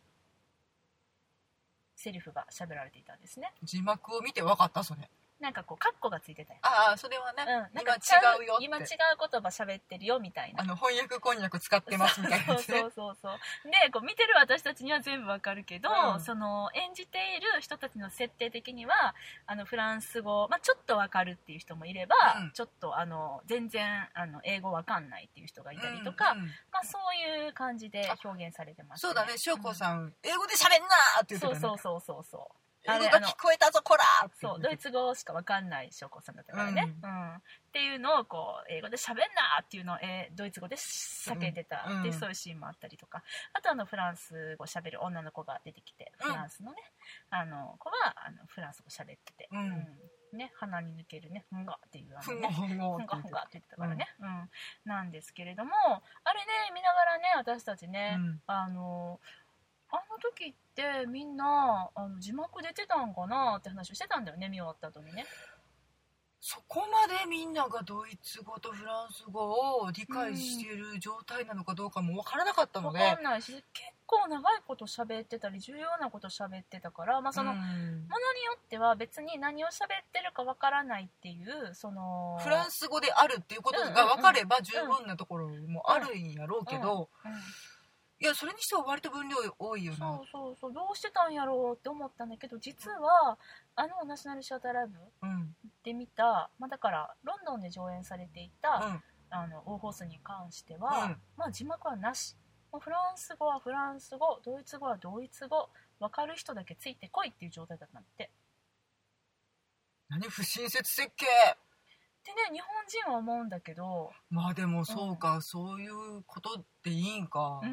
Speaker 1: セリフが喋られていたんですね
Speaker 2: 字幕を見て分かったそれ
Speaker 1: なんかこうカッコがついてたよ、
Speaker 2: ああそれは
Speaker 1: うん、
Speaker 2: ね、
Speaker 1: なんか
Speaker 2: 今違うよって
Speaker 1: 今違う言葉喋ってるよみたいな
Speaker 2: あの翻訳こんにゃく使ってますみたいな
Speaker 1: そ
Speaker 2: や
Speaker 1: う
Speaker 2: つ
Speaker 1: そうそ
Speaker 2: ね
Speaker 1: うそうでこう見てる私たちには全部わかるけど、
Speaker 2: うん
Speaker 1: その演じている人たちの設定的にはあのフランス語、まあ、ちょっとわかるっていう人もいれば、
Speaker 2: うん
Speaker 1: ちょっとあの全然あの英語わかんないっていう人がいたりとか、
Speaker 2: うんうん
Speaker 1: まあ、そういう感じで表現されてます、
Speaker 2: そうだね翔子さん、英語で喋んなーって言って
Speaker 1: そ
Speaker 2: た
Speaker 1: う
Speaker 2: ね
Speaker 1: そうそうそうそうあ
Speaker 2: 英
Speaker 1: れ
Speaker 2: 語が聞こえたぞこらーって言
Speaker 1: そ
Speaker 2: っ
Speaker 1: う
Speaker 2: てた
Speaker 1: ドイツ語しかわかんない翔子さんだったからね、う
Speaker 2: うん
Speaker 1: っていうのをこう英語で喋んなーっていうのを、えードイツ語で叫んでた
Speaker 2: うん
Speaker 1: っていう
Speaker 2: うん
Speaker 1: そういうシーンもあったりとかあとあのフランス語喋る女の子が出てきて
Speaker 2: うん
Speaker 1: フランスのね、あの子はあのフランス語喋ってて、
Speaker 2: うん
Speaker 1: ね、鼻に抜けるね「ふんが」っていうあ
Speaker 2: ふ
Speaker 1: の
Speaker 2: んご
Speaker 1: ね
Speaker 2: ふんご
Speaker 1: ふんが
Speaker 2: っ
Speaker 1: ふ
Speaker 2: て
Speaker 1: んがって言ってたからね、うんなんですけれどもあれね見ながらね私たちね、
Speaker 2: 言って
Speaker 1: あのあの時ってみんなあの字幕出てたんかなって話をしてたんだよね見終わった後にね
Speaker 2: そこまでみんながドイツ語とフランス語を理解している状態なのかどうかも分からなかったの
Speaker 1: 分
Speaker 2: で、
Speaker 1: かんないし結構長いこと喋ってたり重要なこと喋ってたから、まあ、その、
Speaker 2: う
Speaker 1: も
Speaker 2: ん
Speaker 1: のによっては別に何を喋ってるか分からないっていうその
Speaker 2: フラン
Speaker 1: ス、
Speaker 2: ス語であるっていうことが分かれば十分なところもあるんやろうけど、
Speaker 1: うん
Speaker 2: いやそれにしては割と分量多いよな
Speaker 1: そうそうそうどうしてたんやろうって思ったんだけど実はあのナショナルシアターライブ
Speaker 2: うんうん
Speaker 1: で見た、まあ、だからロンドンで上演されていた、あのオーホースに関しては、
Speaker 2: うん
Speaker 1: まあ、字幕はなしもうフランス語はフランス語ドイツ語はドイツ語分かる人だけついてこいっていう状態だったんだって
Speaker 2: 何不親切設計
Speaker 1: でね日本人は思うんだけど
Speaker 2: まあでもそうか、そういうことでいいんか
Speaker 1: うー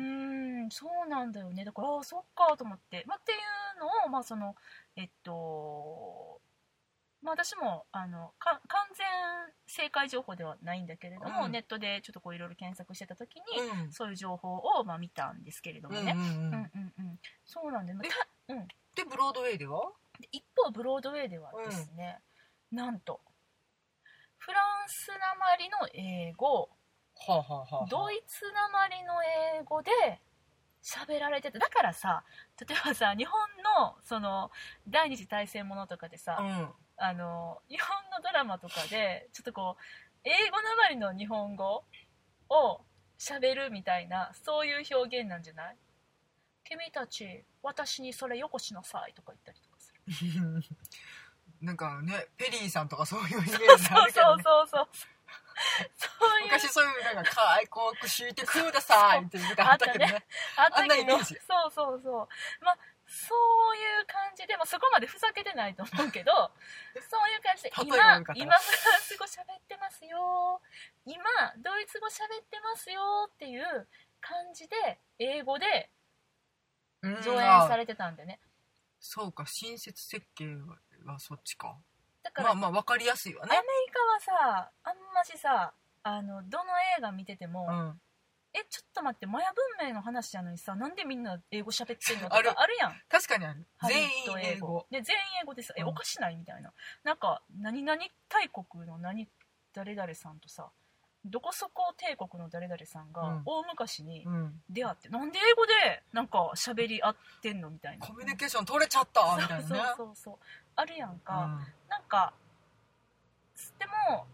Speaker 1: んそうなんだよねだからああそっかと思って、まあ、っていうのをまあそのえっとまあ私もあのか完全正解情報ではないんだけれども、
Speaker 2: うん
Speaker 1: ネットでちょっとこういろいろ検索してた時に、
Speaker 2: うん
Speaker 1: そういう情報をまあ見たんですけれども
Speaker 2: うんうん
Speaker 1: ね、
Speaker 2: う
Speaker 1: うんんうんうん、そうなんで、まあ
Speaker 2: で
Speaker 1: た
Speaker 2: でブロードウェイでは
Speaker 1: で一方ブロードウェイではですね、なんとツなまりの英語
Speaker 2: はあ、はあはあはあ、
Speaker 1: ドイツなまりの英語で喋られててだからさ例えばさ日本のその第二次大戦ものとかでさ、
Speaker 2: うん
Speaker 1: あの日本のドラマとかでちょっとこう英語なまりの日本語を喋るみたいなそういう表現なんじゃない君たち私にそれよこしなさいとか言ったりとかする
Speaker 2: なんかねペリーさんとかそういうイメージ
Speaker 1: そ
Speaker 2: あ
Speaker 1: う
Speaker 2: るけど、
Speaker 1: そう
Speaker 2: ね、
Speaker 1: そうそうそういう
Speaker 2: 昔そういうなんか「開国してください」っていう歌あったけど
Speaker 1: あ
Speaker 2: ね
Speaker 1: あった
Speaker 2: あんな
Speaker 1: け
Speaker 2: イ
Speaker 1: ど
Speaker 2: メ
Speaker 1: そう
Speaker 2: ージ
Speaker 1: そうそうまあそういう感じで、まあ、そこまでふざけてないと思うけどそういう感じで
Speaker 2: 例え
Speaker 1: 今
Speaker 2: ばよかったら
Speaker 1: 今フランス語喋ってますよ今ドイツ語喋ってますよっていう感じで英語で
Speaker 2: うん
Speaker 1: 上演さ
Speaker 2: あ
Speaker 1: れてたんでね
Speaker 2: そうか親切設計はそっちか
Speaker 1: だから、
Speaker 2: まあまあ分かりやすいわ
Speaker 1: アメ
Speaker 2: ね
Speaker 1: リカはさあんましさあのどの映画見てても、
Speaker 2: うん
Speaker 1: えちょっと待ってマヤ文明の話やのにさなんでみんな英語喋ってんのとか
Speaker 2: ある
Speaker 1: あるやん
Speaker 2: 確かにある
Speaker 1: ハリウッ
Speaker 2: 全員
Speaker 1: ド
Speaker 2: 英語
Speaker 1: で全員英語ですえ
Speaker 2: うん
Speaker 1: おかしないみたいななんか何々大国の何誰々さんとさどこそこ帝国の誰々さん
Speaker 2: う
Speaker 1: が
Speaker 2: ん
Speaker 1: 大昔に
Speaker 2: うん
Speaker 1: 出会って、なんで英語でなんか喋り合ってんのみたいな
Speaker 2: コミュニケーション取れちゃったみたい
Speaker 1: そう
Speaker 2: なね
Speaker 1: そうそうあるやん
Speaker 2: う
Speaker 1: か、
Speaker 2: ん
Speaker 1: なんかでも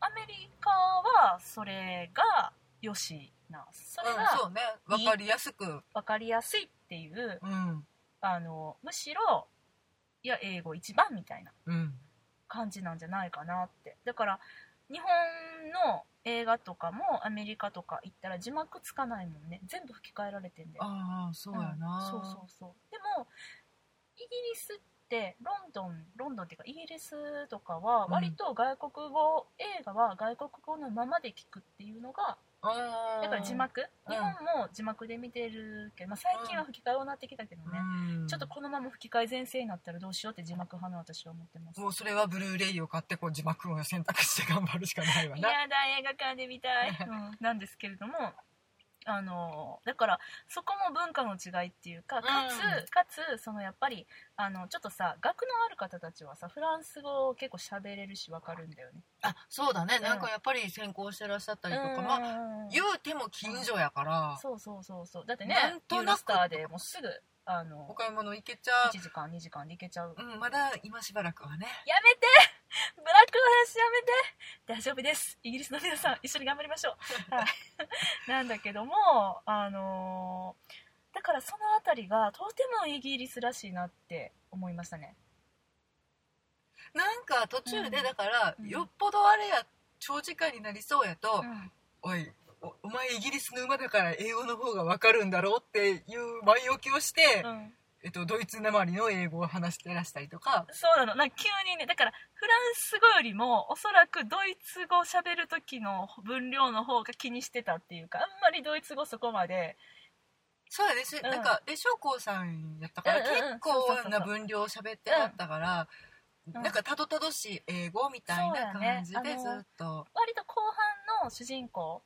Speaker 1: アメリカはそれがよしなそれ
Speaker 2: うんそ
Speaker 1: が
Speaker 2: うね分かりやすく
Speaker 1: 分かりやすいっていう
Speaker 2: うん
Speaker 1: あのむしろいや英語一番みたいな
Speaker 2: うん
Speaker 1: 感じなんじゃないかなってだから日本の映画とかもアメリカとか行ったら字幕つかないもんね全部吹き替えられてんだよ
Speaker 2: ああそうやな
Speaker 1: そうそうそうでもイギリスってロンドンロンドンっていうかイギリスとかは
Speaker 2: うん
Speaker 1: 割と外国語、映画は外国語のままで聞くっていうのが
Speaker 2: あー
Speaker 1: だから字幕、
Speaker 2: うん
Speaker 1: 日本も字幕で見てるけど、まあ、最近は吹き替えをなってきたけどね、
Speaker 2: うん
Speaker 1: ちょっとこのまま吹き替え全盛になったらどうしようって字幕派の私は思ってます
Speaker 2: もうそれはブルーレイを買ってこう字幕を選択して頑張るしかないわ
Speaker 1: い
Speaker 2: な
Speaker 1: やだ映画館で見た い、うんなんですけれどもあのだからそこも文化の違いっていうかかつ、
Speaker 2: うん
Speaker 1: かつそのやっぱりあのちょっとさ学のある方たちはさフランス語を結構喋れるしわかるんだよね。
Speaker 2: あそうだね
Speaker 1: ん
Speaker 2: なんかやっぱり先行してらっしゃったりとか、まあ
Speaker 1: うん
Speaker 2: 言うても近所やから
Speaker 1: そうそうそうそうだってね
Speaker 2: なんと
Speaker 1: ユ
Speaker 2: な
Speaker 1: ー
Speaker 2: く
Speaker 1: ロスターでもうすぐあ
Speaker 2: お
Speaker 1: の
Speaker 2: 買い物行けち
Speaker 1: 1
Speaker 2: ゃ
Speaker 1: 時間2時間で行けちゃう
Speaker 2: う、うん、まだ今しばらくはね
Speaker 1: やめてブラックの話やめて大丈夫ですイギリスの皆さん一緒に頑張りましょう、はい、 なんだけどもあのーだからそのあたりがとてもイギリスらしいなって思いましたね
Speaker 2: なんか途中
Speaker 1: う
Speaker 2: で
Speaker 1: ん
Speaker 2: だから、
Speaker 1: うん
Speaker 2: よっぽどあれや長時間になりそうやと、
Speaker 1: うん
Speaker 2: おいおお前イギリスの馬だから英語の方がわかるんだろうっていう前置きをして、
Speaker 1: うん
Speaker 2: えっと、ドイツなまりの英語を話してらしたりとか
Speaker 1: そうなのなんか急にねだからフランス語よりもおそらくドイツ語喋る時の分量の方が気にしてたっていうかあんまりドイツ語そこまで
Speaker 2: そうやねし、
Speaker 1: ん
Speaker 2: なんかで将校さんやったから、
Speaker 1: うんうんうん
Speaker 2: 結構な
Speaker 1: そうそうそう
Speaker 2: 分量喋ってあったから、
Speaker 1: うん
Speaker 2: なんかたどたどしい英語みたいな感じで
Speaker 1: そうやね
Speaker 2: ず
Speaker 1: あの
Speaker 2: っと、
Speaker 1: 割と後半の主人公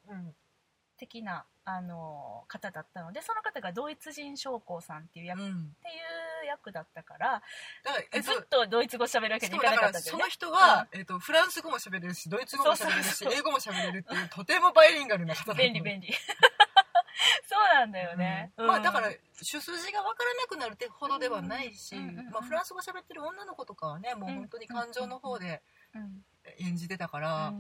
Speaker 1: 的な、あのー方だったのでその方がドイツ人将校さんっていう
Speaker 2: う
Speaker 1: 役,、
Speaker 2: ん
Speaker 1: っ
Speaker 2: うん
Speaker 1: ていう役だったから
Speaker 2: だからえっ
Speaker 1: ず
Speaker 2: と
Speaker 1: っとドイツ語喋るわけ
Speaker 2: し
Speaker 1: に
Speaker 2: か
Speaker 1: い
Speaker 2: も
Speaker 1: か
Speaker 2: だ
Speaker 1: なかった
Speaker 2: から
Speaker 1: んだよ
Speaker 2: そ
Speaker 1: ね
Speaker 2: の人は、えっと、フランス語も喋れるしドイツ語も喋れるし
Speaker 1: そうそうそう
Speaker 2: 英語も喋れるっていうとてもバイリンガルな 方だ
Speaker 1: 便利便利そうなんだよね、
Speaker 2: うんまあだから
Speaker 1: うん
Speaker 2: 主筋が分からなくなるってほどではないし、
Speaker 1: うんうんうんうん
Speaker 2: まあ、フランス語喋ってる女の子とかはねもう本当に感情の方で
Speaker 1: うん
Speaker 2: 演じてたから、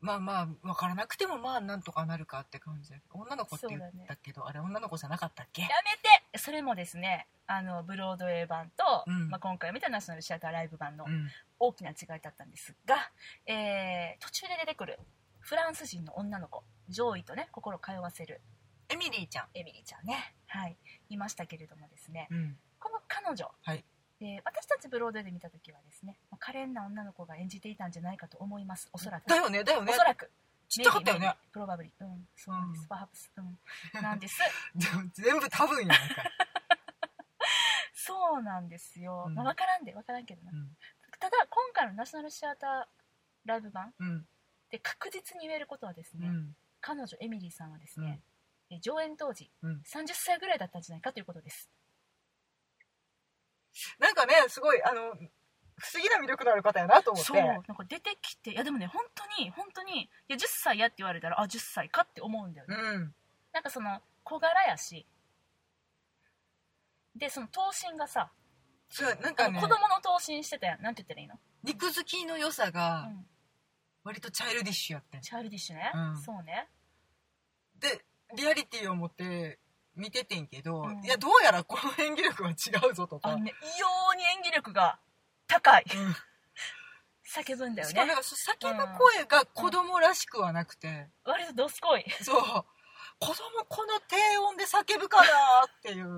Speaker 2: まあまあ分からなくてもまあなんとかなるかって感じで女の子って言ったけど、あれ女の子じゃなかったっけ
Speaker 1: やめてそれもですねあのブロードウェイ版と、
Speaker 2: うん
Speaker 1: まあ、今回見たナショナルシアターライブ版の
Speaker 2: うん
Speaker 1: 大きな違いだったんですが、えー途中で出てくるフランス人の女の子ジョイとね心通わせる
Speaker 2: エミリーちゃん、
Speaker 1: エミリーちゃんね、はい、いましたけれどもですね
Speaker 2: うん
Speaker 1: この彼女、
Speaker 2: はい
Speaker 1: で私たちブロードウェイで見た時はですねまあ可憐な女の子が演じていたんじゃないかと思いますおそらく、
Speaker 2: だよねだよ
Speaker 1: お
Speaker 2: ね
Speaker 1: そらく
Speaker 2: ちっちゃかったよ
Speaker 1: メイビー
Speaker 2: ね
Speaker 1: メイビープロバブリうんそうなんです、
Speaker 2: うん
Speaker 1: パーハプス、うん、なんです
Speaker 2: でも全部多分やないかい、
Speaker 1: そうなんですよ、
Speaker 2: うん
Speaker 1: まあ、分からんで分からんけどな、
Speaker 2: うん
Speaker 1: ただ今回のナショナルシアターライブ版
Speaker 2: うん
Speaker 1: で確実に言えることはです
Speaker 2: う
Speaker 1: ね、
Speaker 2: ん、
Speaker 1: 彼女エミリーさんはですね、え上演当時、
Speaker 2: うん
Speaker 1: 30歳ぐらいだったんじゃないかということです
Speaker 2: なんかねすごいあの不思議な魅力のある方やなと思って
Speaker 1: そうなんか出てきていやでもね本当にに本当にいや10歳やって言われたらあ10歳かって思うんだよね、
Speaker 2: うん
Speaker 1: なんかその小柄やしでその頭身がさ、
Speaker 2: そうやなん
Speaker 1: あ
Speaker 2: か
Speaker 1: の
Speaker 2: ね
Speaker 1: 子供の頭身してたやんなんて言ったらいいの、
Speaker 2: 肉好きの良さ
Speaker 1: う
Speaker 2: が
Speaker 1: ん、
Speaker 2: 割とチャイルディッシュやってん
Speaker 1: チャイルディッシュね、
Speaker 2: うん
Speaker 1: そうね
Speaker 2: でリアリティを持って見ててんけど、
Speaker 1: うん
Speaker 2: いやどうやらこの演技力は違うぞと
Speaker 1: あ
Speaker 2: か、
Speaker 1: のね異様に演技力が高い、
Speaker 2: うん
Speaker 1: 叫ぶんだよ
Speaker 2: しかも
Speaker 1: ね
Speaker 2: なんか先の声が子供らしくはなくて、
Speaker 1: 割とどすこい
Speaker 2: そう子供この低音で叫ぶかなっ ていう
Speaker 1: そう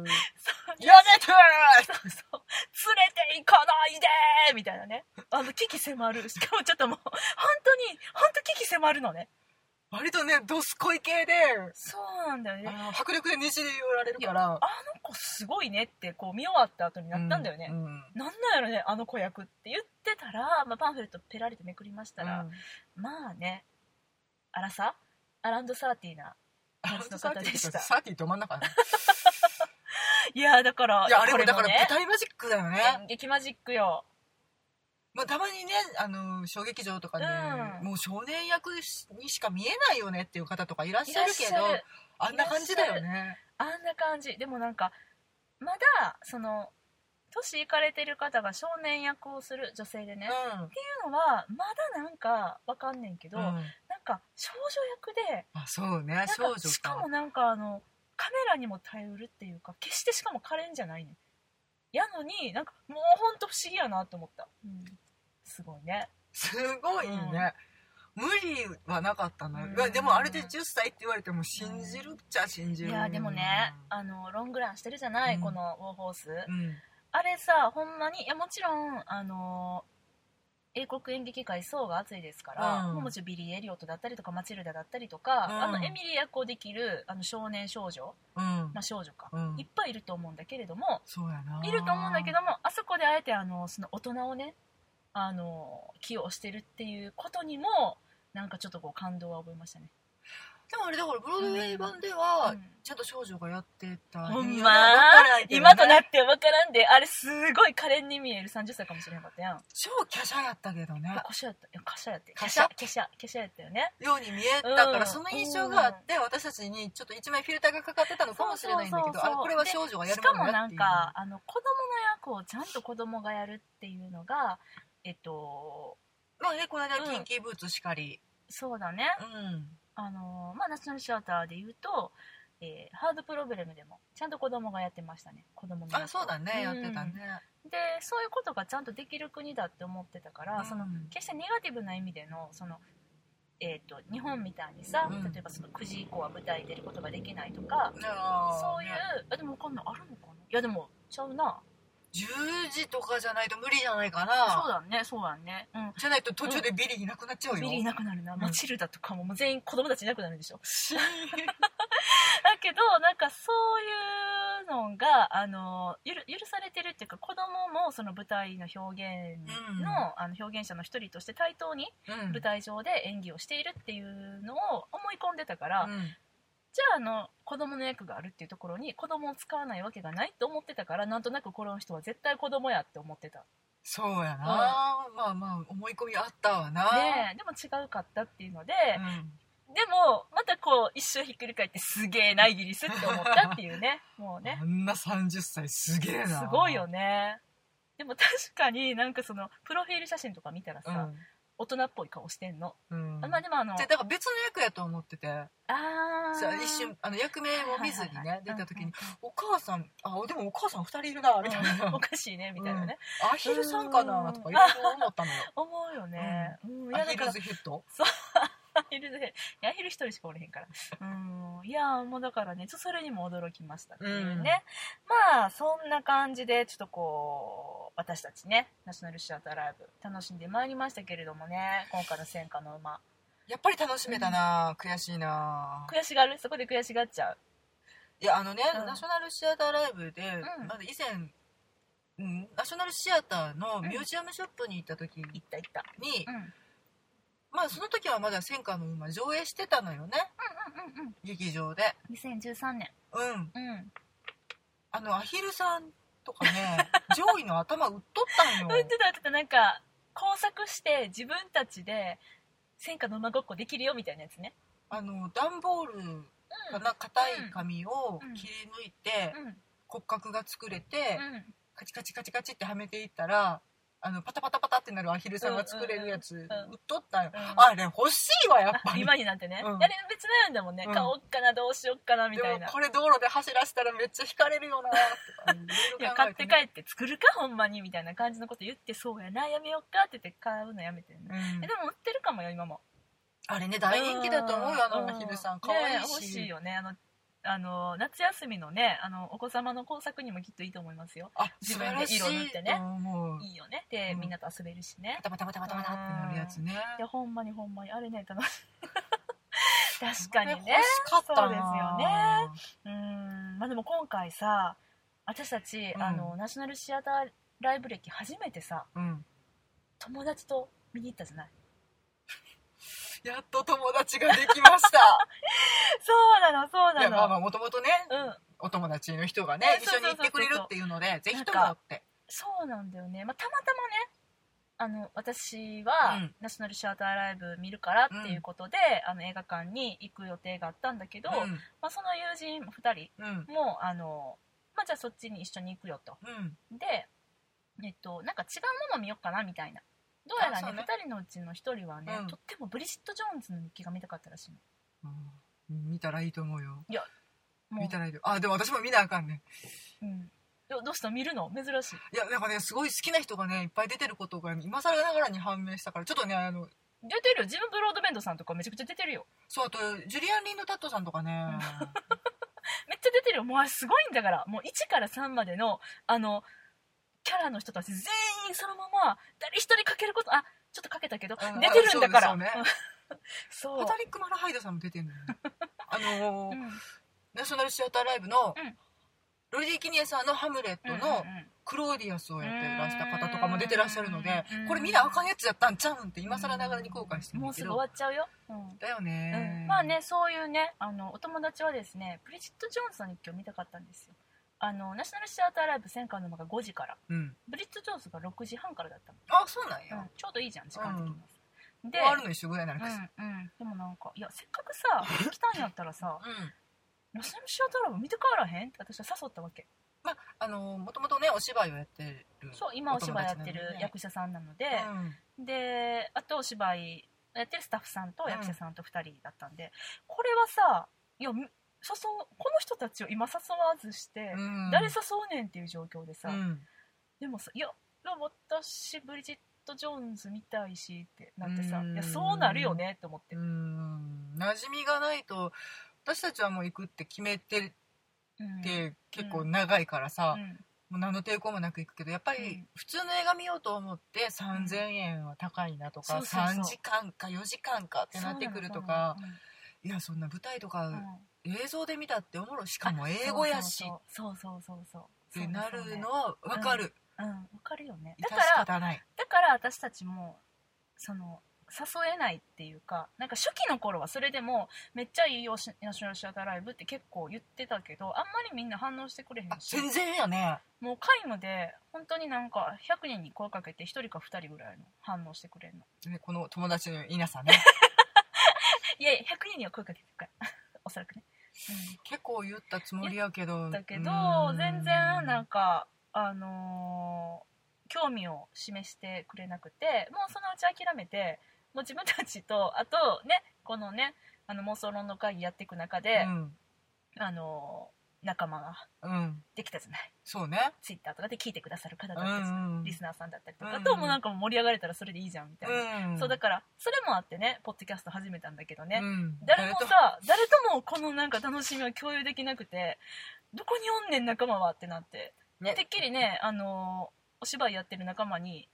Speaker 2: やめて
Speaker 1: そうそう連れて行かないでーみたいなねあの危機迫るしかもちょっともう本当に本当危機迫るのね
Speaker 2: 割とねドスコイ系で
Speaker 1: そうなんだよね
Speaker 2: あ
Speaker 1: あ
Speaker 2: の迫力でねじり寄られるから
Speaker 1: の子すごいねってこう見終わった後になったんだよね、
Speaker 2: うんうん
Speaker 1: なんなんやろねあの子役って言ってたら、まあ、パンフレットペラリとめくりましたら、まあねアラサアランドサーティーな
Speaker 2: あ
Speaker 1: 感じの方でした
Speaker 2: サーティーど真ん中やね
Speaker 1: いやーだから
Speaker 2: いやあれも
Speaker 1: こ
Speaker 2: だから
Speaker 1: ね
Speaker 2: 舞台マジックだよね、
Speaker 1: 演劇マジックよ
Speaker 2: まあ、たまにねあの小劇場とかで、
Speaker 1: うん
Speaker 2: もう少年役にしか見えないよねっていう方とかいらっ
Speaker 1: い
Speaker 2: し
Speaker 1: ら
Speaker 2: ゃ
Speaker 1: っ
Speaker 2: るけ
Speaker 1: し
Speaker 2: ど
Speaker 1: ゃる
Speaker 2: あんな感じだよね
Speaker 1: あんな感じでもなんかまだその年いかれてる方が少年役をする女性でね、っ
Speaker 2: うん
Speaker 1: ていうのはまだなんかわかんねんけど、
Speaker 2: うん
Speaker 1: なんか少女役で
Speaker 2: あそうね
Speaker 1: なんか
Speaker 2: 少女か
Speaker 1: しかもなんかあのカメラにも耐えうるっていうか決してしかも可憐じゃないねんやのになんかもうほんと不思議やなと思った、すごいね
Speaker 2: すごいね、無理はなかったな、
Speaker 1: うん
Speaker 2: うわでもあれで10歳って言われても信じるっちゃ信じ
Speaker 1: い
Speaker 2: る
Speaker 1: やでもねあのロングランしてるじゃない、
Speaker 2: うん
Speaker 1: このウォーホース、
Speaker 2: うん
Speaker 1: あれさほんまにいやもちろんあの英国演劇界層が厚いですから、
Speaker 2: うん
Speaker 1: もちろんビリー・エリオットだったりとかマチルダだったりとか、
Speaker 2: うん
Speaker 1: あのエミリー役をできるあの少年少女、
Speaker 2: うん
Speaker 1: まあ、少女か、
Speaker 2: うん
Speaker 1: いっぱいいると思うんだけれども
Speaker 2: そうやない
Speaker 1: ると思うんだけどもあそこであえてあのその大人をねあの起用してるっていうことにもなんかちょっとこう感動は覚えましたね。
Speaker 2: でもあれだからブロードウェイ版では、
Speaker 1: うん
Speaker 2: ちゃんと少女がやってた
Speaker 1: ほん
Speaker 2: 意味
Speaker 1: ま
Speaker 2: はわからんけどね
Speaker 1: 今となっては分からんであれすごい可憐に見える30歳かもしれなかったやん
Speaker 2: 超華奢やったけどね
Speaker 1: カシャやったいやカシャやって
Speaker 2: 華奢
Speaker 1: 華奢華奢やったよね
Speaker 2: ように見えたから、
Speaker 1: うん
Speaker 2: その印象があって私たちにちょっと一枚フィルターがかかってたのかもしれないんだけ
Speaker 1: そう
Speaker 2: ど
Speaker 1: そうそうそう
Speaker 2: あこれは少女がや
Speaker 1: し
Speaker 2: る
Speaker 1: か
Speaker 2: も
Speaker 1: も
Speaker 2: の
Speaker 1: な
Speaker 2: だって
Speaker 1: ん
Speaker 2: いう
Speaker 1: かあの子供の役をちゃんと子供がやるっていうのがえっと
Speaker 2: まあねこの間
Speaker 1: うん
Speaker 2: キンキーブーツしかり
Speaker 1: そうだね
Speaker 2: うん
Speaker 1: あのまあナショナルシアターで言うと、えーハードプログラムでもちゃんと子供がやってましたね子供の役を
Speaker 2: あそうだねやってたね
Speaker 1: でそういうことがちゃんとできる国だって思ってたから、その
Speaker 2: うん
Speaker 1: 決してネガティブな意味でのその、えー、と日本みたいにさ、
Speaker 2: うん
Speaker 1: 例えばその9時以降は舞台に出ることができないとか、
Speaker 2: そ
Speaker 1: そういうあでもこんなんあるのかないやでもちゃうな
Speaker 2: 10時とかじゃないと無理じゃないか
Speaker 1: そう
Speaker 2: な
Speaker 1: だねそうだねう
Speaker 2: じゃないと途中でビリーいなくなっちゃうんよ
Speaker 1: ビリーいなくなるな、
Speaker 2: うん
Speaker 1: マチルダとかももう全員子供たちいなくなるでしょだけどなんかそういうのがあのゆる許されてるっていうか子供もその舞台の表現の,、
Speaker 2: うん
Speaker 1: あの表現者の一人として対等に
Speaker 2: うん
Speaker 1: 舞台上で演技をしているっていうのを思い込んでたから、
Speaker 2: うん
Speaker 1: じゃああの子供の役があるっていうところに子供を使わないわけがないと思ってたからなんとなくこの人は絶対子供やって思ってた
Speaker 2: そうやなまあまあ思い込みあったわな
Speaker 1: ででも違うかったっていうので、
Speaker 2: うん
Speaker 1: でもまたこう一周ひっくり返ってすげえなイギリスって思ったっていうねもうね
Speaker 2: あんな30歳すげえ
Speaker 1: す
Speaker 2: な
Speaker 1: ごいよねでも確かになんかそのプロフィール写真とか見たら
Speaker 2: う
Speaker 1: さ、
Speaker 2: ん
Speaker 1: 大人っぽい顔してんの、
Speaker 2: うん
Speaker 1: まあでもあの
Speaker 2: でだから別の役やと思ってて
Speaker 1: あー
Speaker 2: さ一瞬あの役名を見ずに
Speaker 1: はいはいは
Speaker 2: ね
Speaker 1: い
Speaker 2: 出た時
Speaker 1: うん
Speaker 2: に「お母さんあでもお母さん2人いるな」みたいな
Speaker 1: おかしいねみたいなね、
Speaker 2: 「アヒルさんかな」とかいろいろ思った のよ
Speaker 1: 思うよね、うん、い
Speaker 2: ア
Speaker 1: やだ
Speaker 2: ヒ
Speaker 1: か
Speaker 2: ル
Speaker 1: ら
Speaker 2: ズヒット
Speaker 1: アヒルで いやアヒル一人しかおれへんからうんいやもうだからねちょっとそれにも驚きましたっていうね、まあそんな感じでちょっとこう私たちねナショナルシアターライブ楽しんでまいりましたけれどもね今回の戦火の馬
Speaker 2: やっぱり楽しめたな悔しいな
Speaker 1: 悔しがるそこで悔しがっちゃう
Speaker 2: いやあのね
Speaker 1: うん
Speaker 2: ナショナルシアターライブで
Speaker 1: ん
Speaker 2: まだ以前うんナショナルシアターのミュージアムショップに行った時
Speaker 1: いったいった
Speaker 2: に
Speaker 1: うんうん
Speaker 2: まあその時はまだ戦火の馬上映してたのよね
Speaker 1: うんうん
Speaker 2: 劇場で
Speaker 1: 2013年
Speaker 2: うん
Speaker 1: うん
Speaker 2: あのアヒルさんとか ね上位の頭打っとったん
Speaker 1: 言
Speaker 2: よ
Speaker 1: ってた言ってたなんか工作して自分たちで戦火の馬ごっこできるよみたいなやつね
Speaker 2: あの段ボールかな硬い紙を
Speaker 1: うん
Speaker 2: 切り抜いて
Speaker 1: うん
Speaker 2: 骨格が作れて
Speaker 1: うん
Speaker 2: カチカチカチカチってはめていったらあのパタパタパタってなるアヒルさんが作れるやつ売
Speaker 1: うん
Speaker 2: っとったよ
Speaker 1: うん
Speaker 2: あれ欲しいわやっぱ
Speaker 1: あ
Speaker 2: り
Speaker 1: 今になってね、
Speaker 2: うん
Speaker 1: あれ別悩んだもんね、
Speaker 2: うん
Speaker 1: 買おっかなどうしよっかなみ
Speaker 2: で
Speaker 1: たい
Speaker 2: も
Speaker 1: な
Speaker 2: これ道路で走らせたらめっちゃ引かれるよなとか
Speaker 1: いや買って帰って作るかほんまにみたいな感じのこと言ってそうやなやめよっかって言って買うのやめてんね、
Speaker 2: うん
Speaker 1: えでも売ってるかもよ今も
Speaker 2: あれね大人気だと思うよあのアヒルさん可愛
Speaker 1: ね
Speaker 2: い
Speaker 1: 欲しい
Speaker 2: し
Speaker 1: よねあのあの夏休みのねあのお子様の工作にもきっといいと思いますよ
Speaker 2: あ
Speaker 1: 自
Speaker 2: 素
Speaker 1: 分
Speaker 2: 晴
Speaker 1: で
Speaker 2: らしい
Speaker 1: 色塗ってね
Speaker 2: と思う
Speaker 1: いいよねで、
Speaker 2: うん
Speaker 1: みんなと遊べるしね
Speaker 2: パタパタパタパタパタってなるやつね
Speaker 1: いやほんまにほんまにあれね楽し い確かにね
Speaker 2: 欲しかったな
Speaker 1: そうですよねうーんまあでも今回さ私たち、
Speaker 2: うん
Speaker 1: あのナショナルシアターライブ歴初めてさ
Speaker 2: うん
Speaker 1: 友達と見に行ったじゃない
Speaker 2: やっと友達ができました
Speaker 1: そうなの そう
Speaker 2: い
Speaker 1: な
Speaker 2: や
Speaker 1: の、
Speaker 2: まあまあもともとね
Speaker 1: うん
Speaker 2: お友達の人がね
Speaker 1: ね
Speaker 2: 一緒に行ってくれるっていうのでぜひともって
Speaker 1: そうなんだよね、まあ、たまたまねあの私は、
Speaker 2: うん
Speaker 1: ナショナルシアターライブ見るからっていうことで、あの映画館に行く予定があったんだけど、
Speaker 2: うん
Speaker 1: まあ、その友人2
Speaker 2: うん
Speaker 1: 人もあの、まあ、じゃあそっちに一緒に行くよと
Speaker 2: うん
Speaker 1: で、えっと、なんか違うもの見ようかなみたいなどうやら
Speaker 2: あそ
Speaker 1: ね
Speaker 2: うね
Speaker 1: 2人のうちの1人はね、
Speaker 2: うん
Speaker 1: とってもブリジット・ジョーンズの日記が見たかったらしいの
Speaker 2: うん見たらいいと思うよ
Speaker 1: もう
Speaker 2: 見たらいいとあでも私も見なあかんね
Speaker 1: うん、どどうした見るの珍しい
Speaker 2: いやなんかねすごい好きな人がねいっぱい出てることが今更ながらに判明したからちょっとねあの
Speaker 1: 出てるよ自分ブロードベンドさんとかめちゃくちゃ出てるよ
Speaker 2: そうあとジュリアン・リンド・タットさんとかね
Speaker 1: めっちゃ出てるよもうあれすごいんだからもう1から3までのあのキャラの人たち全員そのまま誰一人かけることあちょっとかけたけど
Speaker 2: うん
Speaker 1: 出てるんだから
Speaker 2: そうねそうね
Speaker 1: そう
Speaker 2: パタリック・マラハイドさんも出てるのよ あのー
Speaker 1: うん
Speaker 2: ナショナルシアターライブの、
Speaker 1: うん
Speaker 2: ロリディ・キニエさんの「ハムレット」
Speaker 1: うんうんう
Speaker 2: の
Speaker 1: ん
Speaker 2: クローディアスをやっていらした方とかも出てらっしゃるので
Speaker 1: うん
Speaker 2: これ見なあかんやつやったんちゃうんって今更ながらに後悔してる
Speaker 1: もうす
Speaker 2: け
Speaker 1: ぐ
Speaker 2: ど
Speaker 1: 終わっちゃうよ、うん
Speaker 2: だよ
Speaker 1: うん
Speaker 2: ね、
Speaker 1: まあねそういうねあのお友達はですねブリジット・ジョーンズの日記を見たかったんですよあのナショナルシアターライブ戦艦の間が5時から
Speaker 2: うん
Speaker 1: ブリジット・ジョーンズが6時半からだったの、
Speaker 2: あそうなん
Speaker 1: う
Speaker 2: や
Speaker 1: ん、ちょうどいいじゃん時間的には、で
Speaker 2: 終わるの一緒ぐらいなのかし
Speaker 1: うんうん、でもなんかいやせっかく さ来たんやったらさ
Speaker 2: うん
Speaker 1: ナショナルシアターライブ見て帰らへんって私は誘ったわけ
Speaker 2: まああのーもともとねお芝居をやってる
Speaker 1: そう今お芝居やってる役者さんなので、であとお芝居やってるスタッフさんと役者さんと2人だったんで、これはさいやみ誘うこの人たちを今誘わずして、誰
Speaker 2: 誰
Speaker 1: 誘うねんっていう状況でさ、でもさ「いやでも私ブリジット・ジョーンズ見たいし」ってなってさ、
Speaker 2: うん
Speaker 1: いやそうなるよねって思って、
Speaker 2: うん馴染みがないと私たちはもう行くって決めて
Speaker 1: うん
Speaker 2: て結構長いからさ、
Speaker 1: うん
Speaker 2: もう何の抵抗もなく行くけどやっぱ
Speaker 1: う
Speaker 2: り
Speaker 1: ん
Speaker 2: 普通の映画見ようと思って3000円は高いなと
Speaker 1: そ
Speaker 2: か、
Speaker 1: うそうそう
Speaker 2: 3時間か4時間かってなってくるとかいやそんな舞台と
Speaker 1: そうな
Speaker 2: か
Speaker 1: の
Speaker 2: 映像で見たっておもろいし
Speaker 1: う
Speaker 2: か
Speaker 1: ん
Speaker 2: も英語やしっ
Speaker 1: そうそうそうそうそう
Speaker 2: てな
Speaker 1: そう
Speaker 2: る
Speaker 1: だよ
Speaker 2: の
Speaker 1: ね
Speaker 2: は分かる
Speaker 1: うんわかるよねだ
Speaker 2: 致
Speaker 1: か
Speaker 2: し
Speaker 1: ら
Speaker 2: 方ない
Speaker 1: だから私たちもその誘えないっていうかなんか初期の頃はそれでもめっちゃいいよしナショナルシアターライブって結構言ってたけどあんまりみんな反応してくれへん
Speaker 2: あ
Speaker 1: し
Speaker 2: 全然やね
Speaker 1: もう皆無で本当になんか100人に声かけて1人か2人ぐらいの反応してくれるの
Speaker 2: ねこの友達の稲さんね
Speaker 1: いやいや100人には声かけてるから おそらくね、
Speaker 2: 結構言ったつもりやけど
Speaker 1: うん、だけど
Speaker 2: うん
Speaker 1: 全然なんかあのー興味を示してくれなくてもうそのうち諦めてもう自分たちとあとねこのねあの妄想論の会議やっていく中で
Speaker 2: う、ん、
Speaker 1: あのー仲間が
Speaker 2: うん、
Speaker 1: できたじゃない
Speaker 2: そうね
Speaker 1: ツイッターとかで聞いてくださる方だ
Speaker 2: う
Speaker 1: ったり、
Speaker 2: んうん
Speaker 1: リスナーさんだったりと
Speaker 2: うん
Speaker 1: か、
Speaker 2: うん
Speaker 1: どうもなんかもう盛り上がれたらそれでいいじゃんみたいな、
Speaker 2: うん
Speaker 1: そうだからそれもあってねポッドキャスト始めたんだけどね、
Speaker 2: うん
Speaker 1: 誰もさ誰ともこのなんか楽しみを共有できなくてどこにおんねん仲間はってなって、
Speaker 2: ね
Speaker 1: てっきりねあのーお芝居やってる仲間に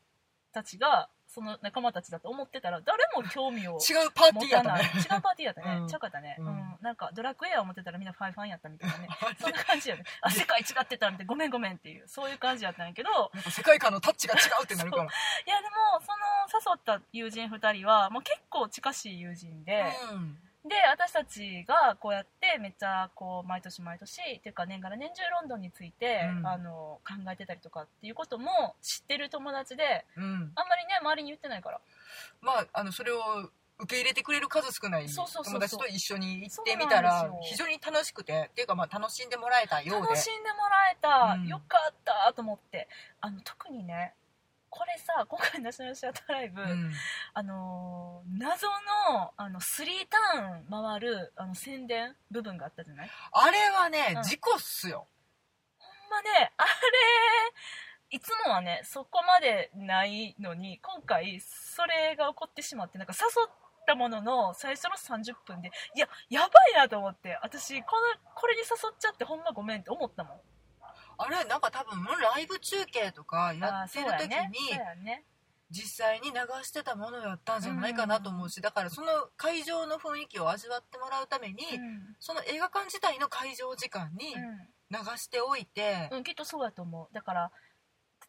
Speaker 1: たちがその仲間たちだと思ってたら誰も興味を
Speaker 2: 違うパーティ
Speaker 1: 持
Speaker 2: ーや
Speaker 1: た
Speaker 2: った
Speaker 1: ない、
Speaker 2: ね
Speaker 1: 違うパーティーやったね、
Speaker 2: うん
Speaker 1: ちゃうかったね、う
Speaker 2: うんん
Speaker 1: なんかドラクエアを持ってたらみんなファイファンやったみたいなねそ んな感じやねあ世界違ってたんでごめんごめんっていうそういう感じやったんやけど
Speaker 2: なんか世界観のタッチが違うってなるから
Speaker 1: いやでもその誘った友人2人はもう結構近しい友人で、
Speaker 2: うん
Speaker 1: で私たちがこうやってめっちゃこう毎年毎年っていうか年がら年中ロンドンについて、
Speaker 2: うん
Speaker 1: あの考えてたりとかっていうことも知ってる友達で
Speaker 2: うん
Speaker 1: あんまりね周りに言ってないから
Speaker 2: まああのそれを受け入れてくれる数少ない
Speaker 1: そうそうそうそう
Speaker 2: 友達と一緒に行ってみた
Speaker 1: そう
Speaker 2: ら
Speaker 1: なんですよ
Speaker 2: 非常に楽しくてっていうかまあ楽しんでもらえたよう
Speaker 1: 楽
Speaker 2: で
Speaker 1: しんでもらえた、
Speaker 2: うん
Speaker 1: よかったと思ってあの特にねこれさ今回のナショナルシアターライブ、
Speaker 2: うん
Speaker 1: あのー謎のあのスリーターン回るあの宣伝部分があったじゃない
Speaker 2: あれはね
Speaker 1: うん
Speaker 2: 事故っすよ
Speaker 1: ほんまねあれいつもはねそこまでないのに今回それが起こってしまってなんか誘ったものの最初の30分でいややばいなと思って私このこれに誘っちゃってほんまごめんって思ったもん
Speaker 2: あれなんか多分ライブ中継とかや
Speaker 1: あー
Speaker 2: って
Speaker 1: そう
Speaker 2: る
Speaker 1: や
Speaker 2: 時に
Speaker 1: ねそうやね
Speaker 2: 実際に流してたものやったんじゃないかなと思うしだからその会場の雰囲気を味わってもらうために
Speaker 1: うん
Speaker 2: その映画館自体の会場時間に
Speaker 1: うん
Speaker 2: 流しておいて
Speaker 1: うん、きっとそうだと思うだから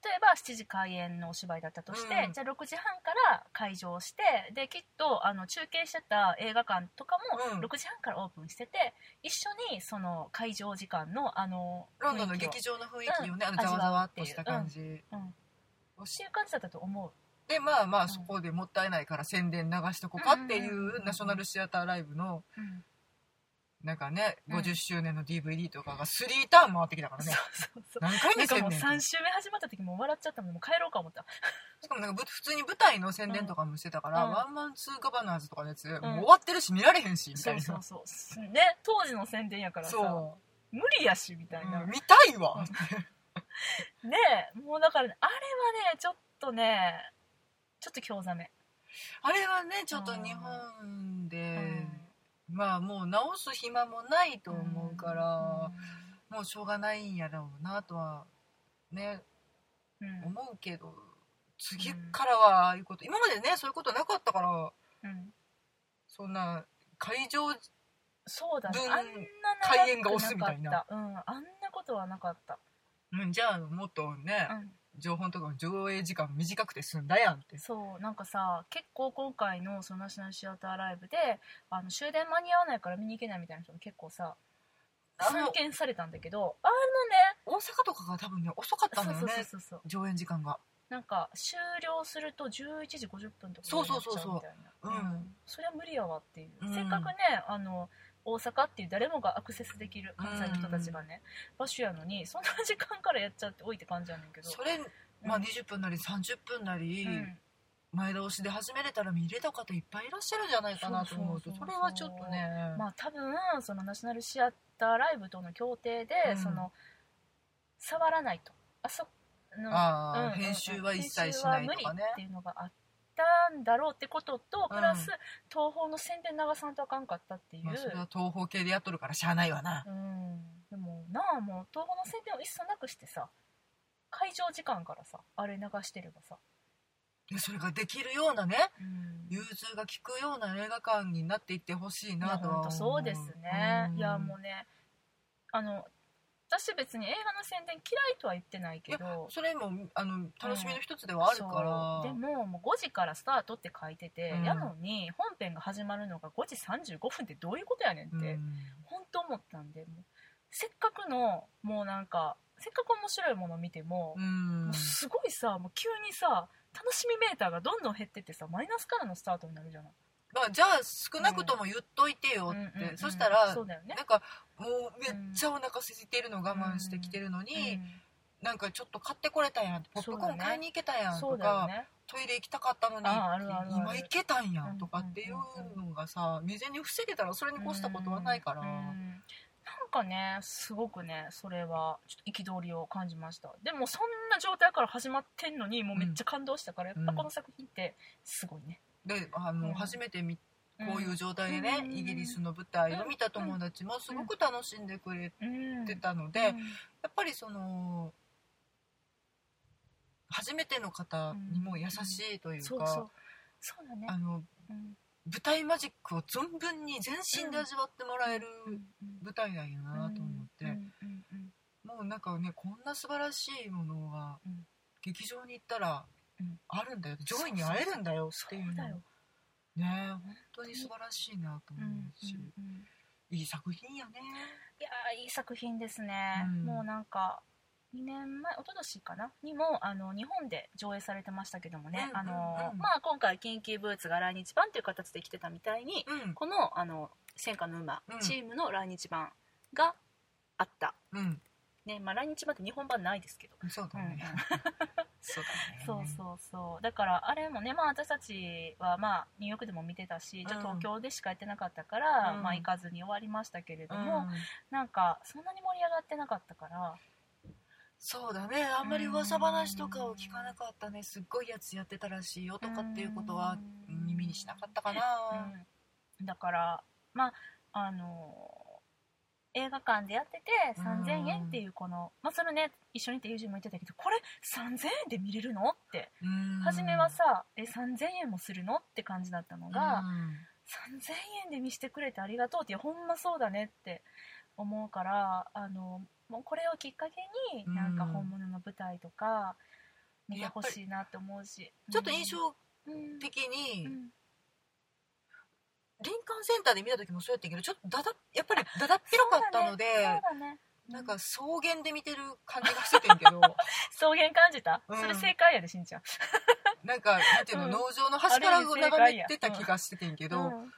Speaker 1: 例えば7時開演のお芝居だったとして、
Speaker 2: うん
Speaker 1: じゃあ6時半から会場してできっとあの中継してた映画館とか
Speaker 2: うん
Speaker 1: も6時半からオープンしてて、一緒にその会場時間のあの
Speaker 2: ロンドンの
Speaker 1: 雰囲気を
Speaker 2: 劇場の雰囲気をねあ
Speaker 1: うん
Speaker 2: のざわざわっとした感じ
Speaker 1: うんうん
Speaker 2: を
Speaker 1: っ
Speaker 2: して
Speaker 1: いう感じだったと思
Speaker 2: でまあま
Speaker 1: うん
Speaker 2: あそこでもったいないから宣伝流しとこうかってい
Speaker 1: うんうんうんう
Speaker 2: うんナショナルシアターライブの
Speaker 1: う、うん
Speaker 2: なんかね
Speaker 1: うん
Speaker 2: 50周年の DVD とかが3ターン回ってきたから
Speaker 1: そう
Speaker 2: ね
Speaker 1: そうそう
Speaker 2: 何回
Speaker 1: な
Speaker 2: 目
Speaker 1: んか
Speaker 2: 宣
Speaker 1: もう
Speaker 2: 伝
Speaker 1: 3週目始まった時もう笑っちゃったのでもう帰ろうか思った
Speaker 2: しかもなんかぶ普通に舞台の宣伝とかもしてたから、
Speaker 1: うん
Speaker 2: ワンマンツーガバナーズとかのやつ、もう終わってるし見られへんしみたい
Speaker 1: そう
Speaker 2: な
Speaker 1: そ
Speaker 2: そう
Speaker 1: うそうね当時の宣伝やからさ無理やしみたいな、
Speaker 2: うん見たいわ、
Speaker 1: ねえもうだからねあれはねちょっとねちょっと興ざめ、
Speaker 2: あれはねちょっと日本
Speaker 1: う
Speaker 2: で、
Speaker 1: ん
Speaker 2: まあもう直す暇もないと思うから、
Speaker 1: う
Speaker 2: もうしょうがないんやろうなとはね
Speaker 1: んうん
Speaker 2: 思うけど次からはああいうこと今までねそういうことなかったから
Speaker 1: うん
Speaker 2: そんな会場
Speaker 1: そうだね
Speaker 2: 分
Speaker 1: あんな
Speaker 2: 開演が押すみたい
Speaker 1: 長
Speaker 2: な
Speaker 1: くかったうん、あんなことはなかった、
Speaker 2: うんじゃあもっとね、
Speaker 1: う
Speaker 2: 情報とかの上映時間短くて済んだやんって
Speaker 1: ん、そうなんかさ結構今回のそのナショナルシアターライブであの終電間に合わないから見に行けないみたいな人も結構さ
Speaker 2: あの
Speaker 1: 散見されたんだけどあ
Speaker 2: 大阪とかが多分ね遅かった
Speaker 1: の
Speaker 2: の
Speaker 1: ね
Speaker 2: よ
Speaker 1: そう
Speaker 2: ね
Speaker 1: そうそうそう
Speaker 2: 上演時間が
Speaker 1: なんか終了すると11時50分とか
Speaker 2: そうそうそうそう
Speaker 1: になっちゃみたいな
Speaker 2: うん
Speaker 1: それは無理やわっていう、
Speaker 2: うん
Speaker 1: せっかくねあの大阪っていう誰もがアクセスできる関西の人たちがね、場所やのにそんな時間からやっちゃっておいって感じやねんけど
Speaker 2: それ、まあ、
Speaker 1: うん
Speaker 2: 20分なり30分なり
Speaker 1: うん
Speaker 2: 前倒しで始めれたら見れた方いっぱいいらっしゃるんじゃないかなと思う
Speaker 1: そ
Speaker 2: と
Speaker 1: うそ
Speaker 2: そう
Speaker 1: そう
Speaker 2: れはちょっとね
Speaker 1: まあ多分そのナショナルシアターライブとの協定で、
Speaker 2: うん
Speaker 1: その触らないとあそのうんうん
Speaker 2: あ
Speaker 1: うん
Speaker 2: あ編集は一切しないと
Speaker 1: 編集
Speaker 2: か
Speaker 1: は無
Speaker 2: ね
Speaker 1: 理っていうのがあったんだろうってことと
Speaker 2: うん
Speaker 1: プラス東宝の宣伝流さんとあかんかったっていう、
Speaker 2: まあそれは東方系でやっとるからしゃあないわな
Speaker 1: うんでもなあもう東宝の宣伝を一切なくしてさ会場時間からさあれ流してればさ、
Speaker 2: でそれができるようなね
Speaker 1: うん、
Speaker 2: 融通が利くような映画館になっていってほしいなと
Speaker 1: 本
Speaker 2: は思
Speaker 1: 当
Speaker 2: う
Speaker 1: そうですね、
Speaker 2: うん
Speaker 1: いやもうねあの私別に映画の宣伝嫌いとは言ってないけど
Speaker 2: それもあの楽しみの一つではあるから、
Speaker 1: そうでももう5時からスタートって書いてて、
Speaker 2: うん
Speaker 1: やのに本編が始まるのが5時35分ってどういうことやねんって、
Speaker 2: うん
Speaker 1: 本当思ったんでもうせっかくのもうなんかせっかく面白いもの見ても、
Speaker 2: うん
Speaker 1: もうすごいさもう急にさ楽しみメーターがどんどん減ってってさマイナスからのスタートになるじゃない
Speaker 2: まあ、じゃあ少なくとも言っといてよって、
Speaker 1: うんうんうん
Speaker 2: そしたら、
Speaker 1: そうだよね
Speaker 2: なんかもうめっちゃお腹空いてるの我慢してきてるのに、なんかちょっと買ってこれたやんポップコーン買いに行けた
Speaker 1: う
Speaker 2: や
Speaker 1: ん
Speaker 2: ん
Speaker 1: そ
Speaker 2: と
Speaker 1: うだよ
Speaker 2: か、
Speaker 1: ね
Speaker 2: トイレ行きたかったのに
Speaker 1: ああるあるある
Speaker 2: 今行けたんやんとかっていうのがさ未然に防げたらそれに越したことはないから、
Speaker 1: うんうんなんかねすごくねそれはちょっと憤りを感じましたでもそんな状態から始まってんのにもうめっちゃ感動したから、
Speaker 2: うん
Speaker 1: やっぱこの作品ってすごいね、
Speaker 2: であの、
Speaker 1: うん
Speaker 2: 初めて見こういう状態でね、
Speaker 1: うん
Speaker 2: イギリスの舞台を見た友達もすごく楽しんでくれ
Speaker 1: うん
Speaker 2: てたので、
Speaker 1: うん
Speaker 2: やっぱりその初めての方にも優しいというか、
Speaker 1: そうそうそうだね
Speaker 2: あの
Speaker 1: うん
Speaker 2: 舞台マジックを存分に全身で味わってもらえる
Speaker 1: うん
Speaker 2: 舞台なんやなと思っ
Speaker 1: う
Speaker 2: て、
Speaker 1: んうんうん
Speaker 2: もうなんかねこんな素晴らしいものが
Speaker 1: うん
Speaker 2: 劇場に行ったら
Speaker 1: うん
Speaker 2: あるんだよ、上位に会えるんだよっていう
Speaker 1: そう
Speaker 2: の
Speaker 1: だよ、
Speaker 2: ね本当に素晴らしいなと
Speaker 1: うん
Speaker 2: 思
Speaker 1: う
Speaker 2: うんし、
Speaker 1: うん
Speaker 2: いい作品やね
Speaker 1: いやーいい作品ですね、
Speaker 2: うん
Speaker 1: もうなんか2年前一昨年かなにもあの日本で上映されてましたけどもね
Speaker 2: うん
Speaker 1: あの
Speaker 2: うん
Speaker 1: まあ今回緊急ブーツが来日版という形で来てたみたいに
Speaker 2: うん
Speaker 1: このあの戦火の馬
Speaker 2: うん
Speaker 1: チームの来日版があった、
Speaker 2: うん
Speaker 1: ねまあ、来日版って日本版ないですけど、
Speaker 2: そうだね、 そうだね
Speaker 1: そうそうそうだからあれもね、まあ、私たちはまあニューヨークでも見てたしちょっと
Speaker 2: うん
Speaker 1: 東京でしかやってなかったから、
Speaker 2: うん
Speaker 1: まあ、行かずに終わりましたけれど
Speaker 2: うん
Speaker 1: も、なんかそんなに盛り上がってなかったから
Speaker 2: そうだねあんまり噂話とかを聞かなかったねすっごいやつやってたらしいよとかっていうことは
Speaker 1: うん
Speaker 2: 耳にしなかったかな、
Speaker 1: うん、だからまああの映画館でやってて3000円っていうこの、まあ、それね一緒にって友人も言ってたけどこれ3000円で見れるのって
Speaker 2: うん
Speaker 1: 初めはさえ3000円もするのって感じだったのが、3000円で見してくれてありがとうっていやほんまそうだねって思うからあのもうこれをきっかけに
Speaker 2: うん
Speaker 1: なんか本物の舞台とか見てほしいなって思うし
Speaker 2: ちょっと印象
Speaker 1: うん
Speaker 2: 的に、
Speaker 1: うん
Speaker 2: 林間センターで見た時もそうやったけどちょっとだだやっぱりだだっ広かったので、
Speaker 1: そうだねそうだね
Speaker 2: なん
Speaker 1: う
Speaker 2: か草原で見てる感じがしててんけ ど
Speaker 1: 草原感じた、
Speaker 2: うん
Speaker 1: それ正解やでしんちゃん
Speaker 2: なんかなんていうの、
Speaker 1: うん
Speaker 2: 農場の端から
Speaker 1: あれ正解や
Speaker 2: 眺めてた気がしててんけど、
Speaker 1: うん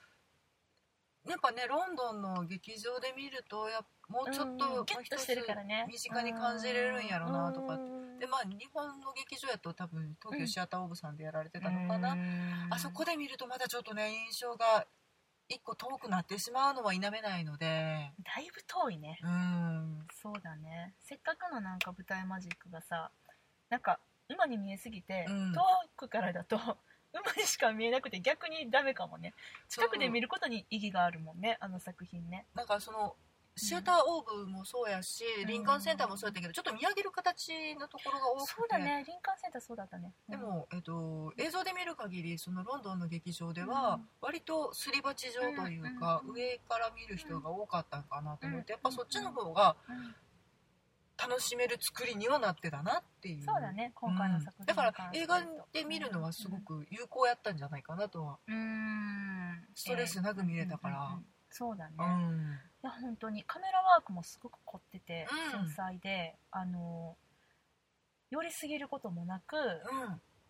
Speaker 2: やっぱねロンドンの劇場で見るとやっもうちょっと、
Speaker 1: うんギュッとしてるからね
Speaker 2: 身近に感じれるんやろなとか
Speaker 1: うん
Speaker 2: でまあ日本の劇場やと多分東京シアターオーブさんでやられてたのかな、
Speaker 1: うん
Speaker 2: あそこで見るとまだちょっとね印象が一個遠くなってしまうのは否めないので
Speaker 1: だいぶ遠いね
Speaker 2: うん
Speaker 1: そうだねせっかくのなんか舞台マジックがさなんか馬に見えすぎて、
Speaker 2: うん
Speaker 1: 遠くからだと馬にしか見えなくて逆にダメかもね近くで見ることに意義があるもんねあの作品ね
Speaker 2: なんかそのシアターオーブもそうやし、
Speaker 1: ん
Speaker 2: 林間センターもそうやったけどちょっと見上げる形のところが多くて
Speaker 1: そうだね林間センターそうだったね
Speaker 2: でも、えっと、映像で見る限りそのロンドンの劇場では
Speaker 1: うん
Speaker 2: 割とすり鉢状というか、
Speaker 1: うん
Speaker 2: 上から見る人が多かったんかなと思って、
Speaker 1: うん
Speaker 2: やっぱそっちの方が
Speaker 1: うん、うん
Speaker 2: 楽しめる作りにはなってたなっていう
Speaker 1: そうだね今回の作
Speaker 2: う
Speaker 1: 品
Speaker 2: んだから
Speaker 1: に関して言
Speaker 2: 映
Speaker 1: う
Speaker 2: 画
Speaker 1: と
Speaker 2: で見るのはすごく有効やったんじゃないかなとは
Speaker 1: うんうん
Speaker 2: ストレスなく見れたか
Speaker 1: うんうんう
Speaker 2: ら
Speaker 1: んそうだね、
Speaker 2: う
Speaker 1: い
Speaker 2: ん
Speaker 1: や本当にカメラワークもすごく凝ってて、
Speaker 2: うん
Speaker 1: 繊細であの寄りすぎることもなく、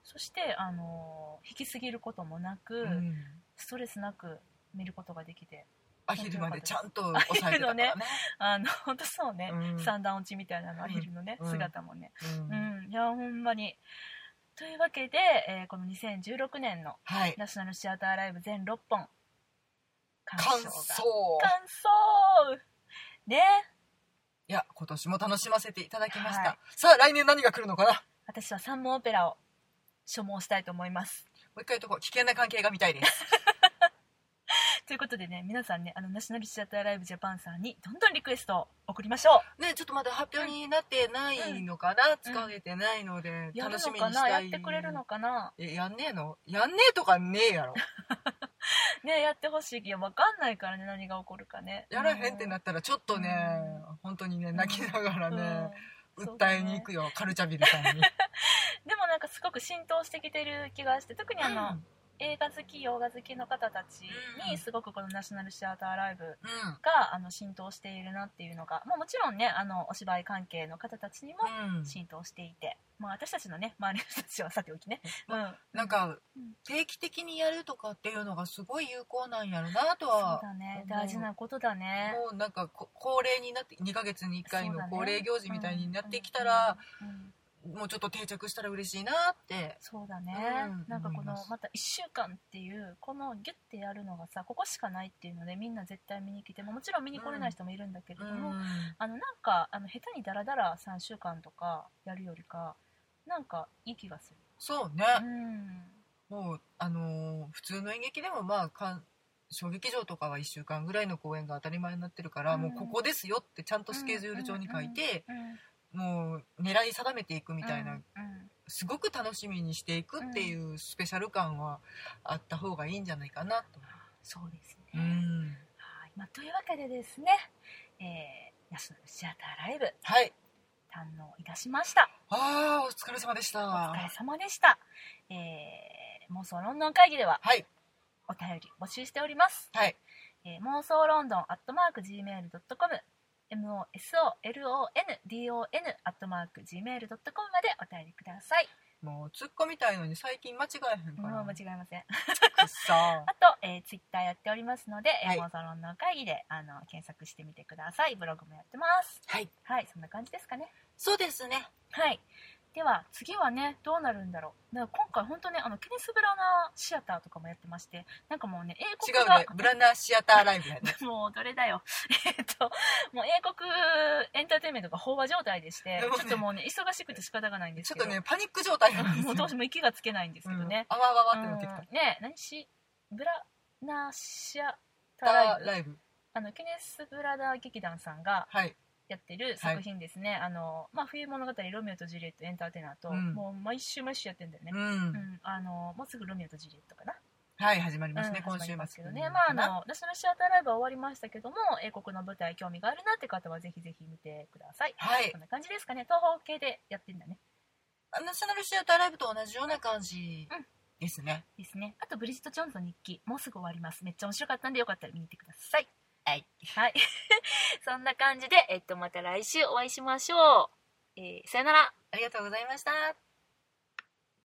Speaker 1: そして、あのー引きすぎることもなく、
Speaker 2: うんうん
Speaker 1: ストレスなく見ることができて
Speaker 2: アヒルまでちゃんと抑えてたからね
Speaker 1: あの 本当そうね、
Speaker 2: うん
Speaker 1: 三段落ちみたいなのアヒルのね、
Speaker 2: うん
Speaker 1: 姿もね、
Speaker 2: うん
Speaker 1: うん、いやほんまにというわけで、えーこの2016年の
Speaker 2: はい
Speaker 1: ナショナルシアターライブ全6本感
Speaker 2: 感
Speaker 1: が
Speaker 2: 想
Speaker 1: 感想ね
Speaker 2: いや今年も楽しませていただきました、
Speaker 1: はい
Speaker 2: さあ来年何が来るのかなも
Speaker 1: 私は三門オペラを所望したいと思います
Speaker 2: う一回言うとこう危険な関係が見たいです
Speaker 1: ということでね皆さんねあのナショナルシアターライブジャパンさんにどんどんリクエストを送りましょう
Speaker 2: ねちょっとまだ発表になってないのかな、
Speaker 1: うん
Speaker 2: 使えてないので、
Speaker 1: やる
Speaker 2: 楽し
Speaker 1: の
Speaker 2: みに
Speaker 1: か
Speaker 2: した
Speaker 1: ないやってくれるのかな
Speaker 2: えやんねえのやんねえとかねえや ろ
Speaker 1: ねやってほしいいやわかんないからね何が起こるかね
Speaker 2: やらへんってな
Speaker 1: っ
Speaker 2: ったらちょっとね、本当にね泣きなが
Speaker 1: た
Speaker 2: らね、
Speaker 1: うんそうだ
Speaker 2: 訴
Speaker 1: ね
Speaker 2: えに行くよ、カルチャビルさ んに
Speaker 1: でもなんかすごく浸透してきてる気がして特にあの、
Speaker 2: うん
Speaker 1: 映画好き洋画好きの方たち
Speaker 2: うん
Speaker 1: にすごくこのナショナルシアターライブ
Speaker 2: うん
Speaker 1: があの浸透しているなっていうのが、まあ、もちろんねあのお芝居関係の方たちにも
Speaker 2: うん
Speaker 1: 浸透していて、まあ、私たちのね周りの人たちはさておきね、うん
Speaker 2: なんか
Speaker 1: うん
Speaker 2: 定期的にやるとかっていうのがすごい有効なんやろなと
Speaker 1: そう
Speaker 2: は
Speaker 1: だね
Speaker 2: うん
Speaker 1: 大事なことだね
Speaker 2: もうなんかこ恒例になって2ヶ月に1回
Speaker 1: そうだ
Speaker 2: の
Speaker 1: ね
Speaker 2: 恒例行事みたいになってきたら、、
Speaker 1: うんうんうん
Speaker 2: もうちょっと定着したら嬉しいなって
Speaker 1: そうだね、
Speaker 2: うん
Speaker 1: なんかこ
Speaker 2: 思い
Speaker 1: の
Speaker 2: ます
Speaker 1: また1週間っていうこのギュッてやるのがさここしかないっていうのでみんな絶対見に来てももちろん見に来れない人もいるんだけれども、あのなんかあの下手にダラダラ3週間とかやるよりかなんかいい気がする
Speaker 2: そうね、
Speaker 1: うん
Speaker 2: もうあのー普通の演劇でもまあかん小劇場とかは1週間ぐらいの公演が当たり前になってるから、
Speaker 1: うん
Speaker 2: もうここですよってちゃんとスケジュール帳に書いて、もう狙い定めていくみたいな、
Speaker 1: うんうん
Speaker 2: すごく楽しみにしていくっていうスペシャル感はあった方がいいんじゃないかなと。
Speaker 1: そうです
Speaker 2: う
Speaker 1: ね、
Speaker 2: ん
Speaker 1: はいまあ、というわけでですね、えーナショナルシアターライブ
Speaker 2: はい
Speaker 1: 堪能いたしました
Speaker 2: あーお疲れ様でし
Speaker 1: お
Speaker 2: た
Speaker 1: 疲れ様でした、えー、妄想ロンドン会議では
Speaker 2: はい
Speaker 1: お便り募集しております
Speaker 2: はい
Speaker 1: えー妄想ロンドンアットマーク Gmail.com mosolondon.gmail.com までお便りください。
Speaker 2: もうツッコみたいのに最近間違えへんから
Speaker 1: もう間違えません。
Speaker 2: くっさ
Speaker 1: あと、えー、ツイッターやっておりますので、えー
Speaker 2: はい
Speaker 1: 妄想論の会議であの検索してみてください。ブログもやってます。
Speaker 2: はい
Speaker 1: はい、そんな感じですかね。
Speaker 2: そうですね
Speaker 1: はい。では、次はね、どうなるんだろう。だから今回、本当ね、あの、ケネス・ブラナーシアターとかもやってまして、なんかもうね、英
Speaker 2: 違
Speaker 1: 国
Speaker 2: う
Speaker 1: が、
Speaker 2: ねブラナーシアターライブやね
Speaker 1: もうどれだよえっともう英国エンターテインメントが飽和状態でして
Speaker 2: でもね
Speaker 1: ちょっともうね忙しくて仕方がないんです
Speaker 2: ちょ
Speaker 1: け
Speaker 2: っ
Speaker 1: ど
Speaker 2: とねパニック状態なん です
Speaker 1: もうどうしても息がつけないんですけどね、
Speaker 2: うんあわわわって
Speaker 1: う
Speaker 2: なっ
Speaker 1: ん
Speaker 2: てきた
Speaker 1: ね何しブラナシアタライ
Speaker 2: タ
Speaker 1: ブ
Speaker 2: ーライブ
Speaker 1: あのケネス・ブラダー劇団さんが
Speaker 2: はい
Speaker 1: やってる作品ですね、あのまあ、冬物語「ロミオとジュリエットエンターテイナーと」
Speaker 2: うん
Speaker 1: もう毎週毎週やってんだよね
Speaker 2: う、
Speaker 1: うん
Speaker 2: ん
Speaker 1: あのもうすぐ「ロミオとジュリエット」かな
Speaker 2: はい始まります
Speaker 1: うん
Speaker 2: ね今
Speaker 1: 始
Speaker 2: 週
Speaker 1: まりますけ
Speaker 2: 末
Speaker 1: どね、まあ、あのナショナルシアターライブは終わりましたけども英国の舞台興味があるなって方はぜひぜひ見てください
Speaker 2: はい
Speaker 1: こんな感じですかね東方系でやってんだね
Speaker 2: ナショナルシアターライブと同じような感じ
Speaker 1: うん
Speaker 2: ですね
Speaker 1: ですねあとブリジット・ジョーンズの日記もうすぐ終わりますめっちゃ面白かったんでよかったら見に行ってください
Speaker 2: はい
Speaker 1: はい そんな感じで、えっと、また来週お会いしましょう、えーさよなら
Speaker 2: ありがとうございました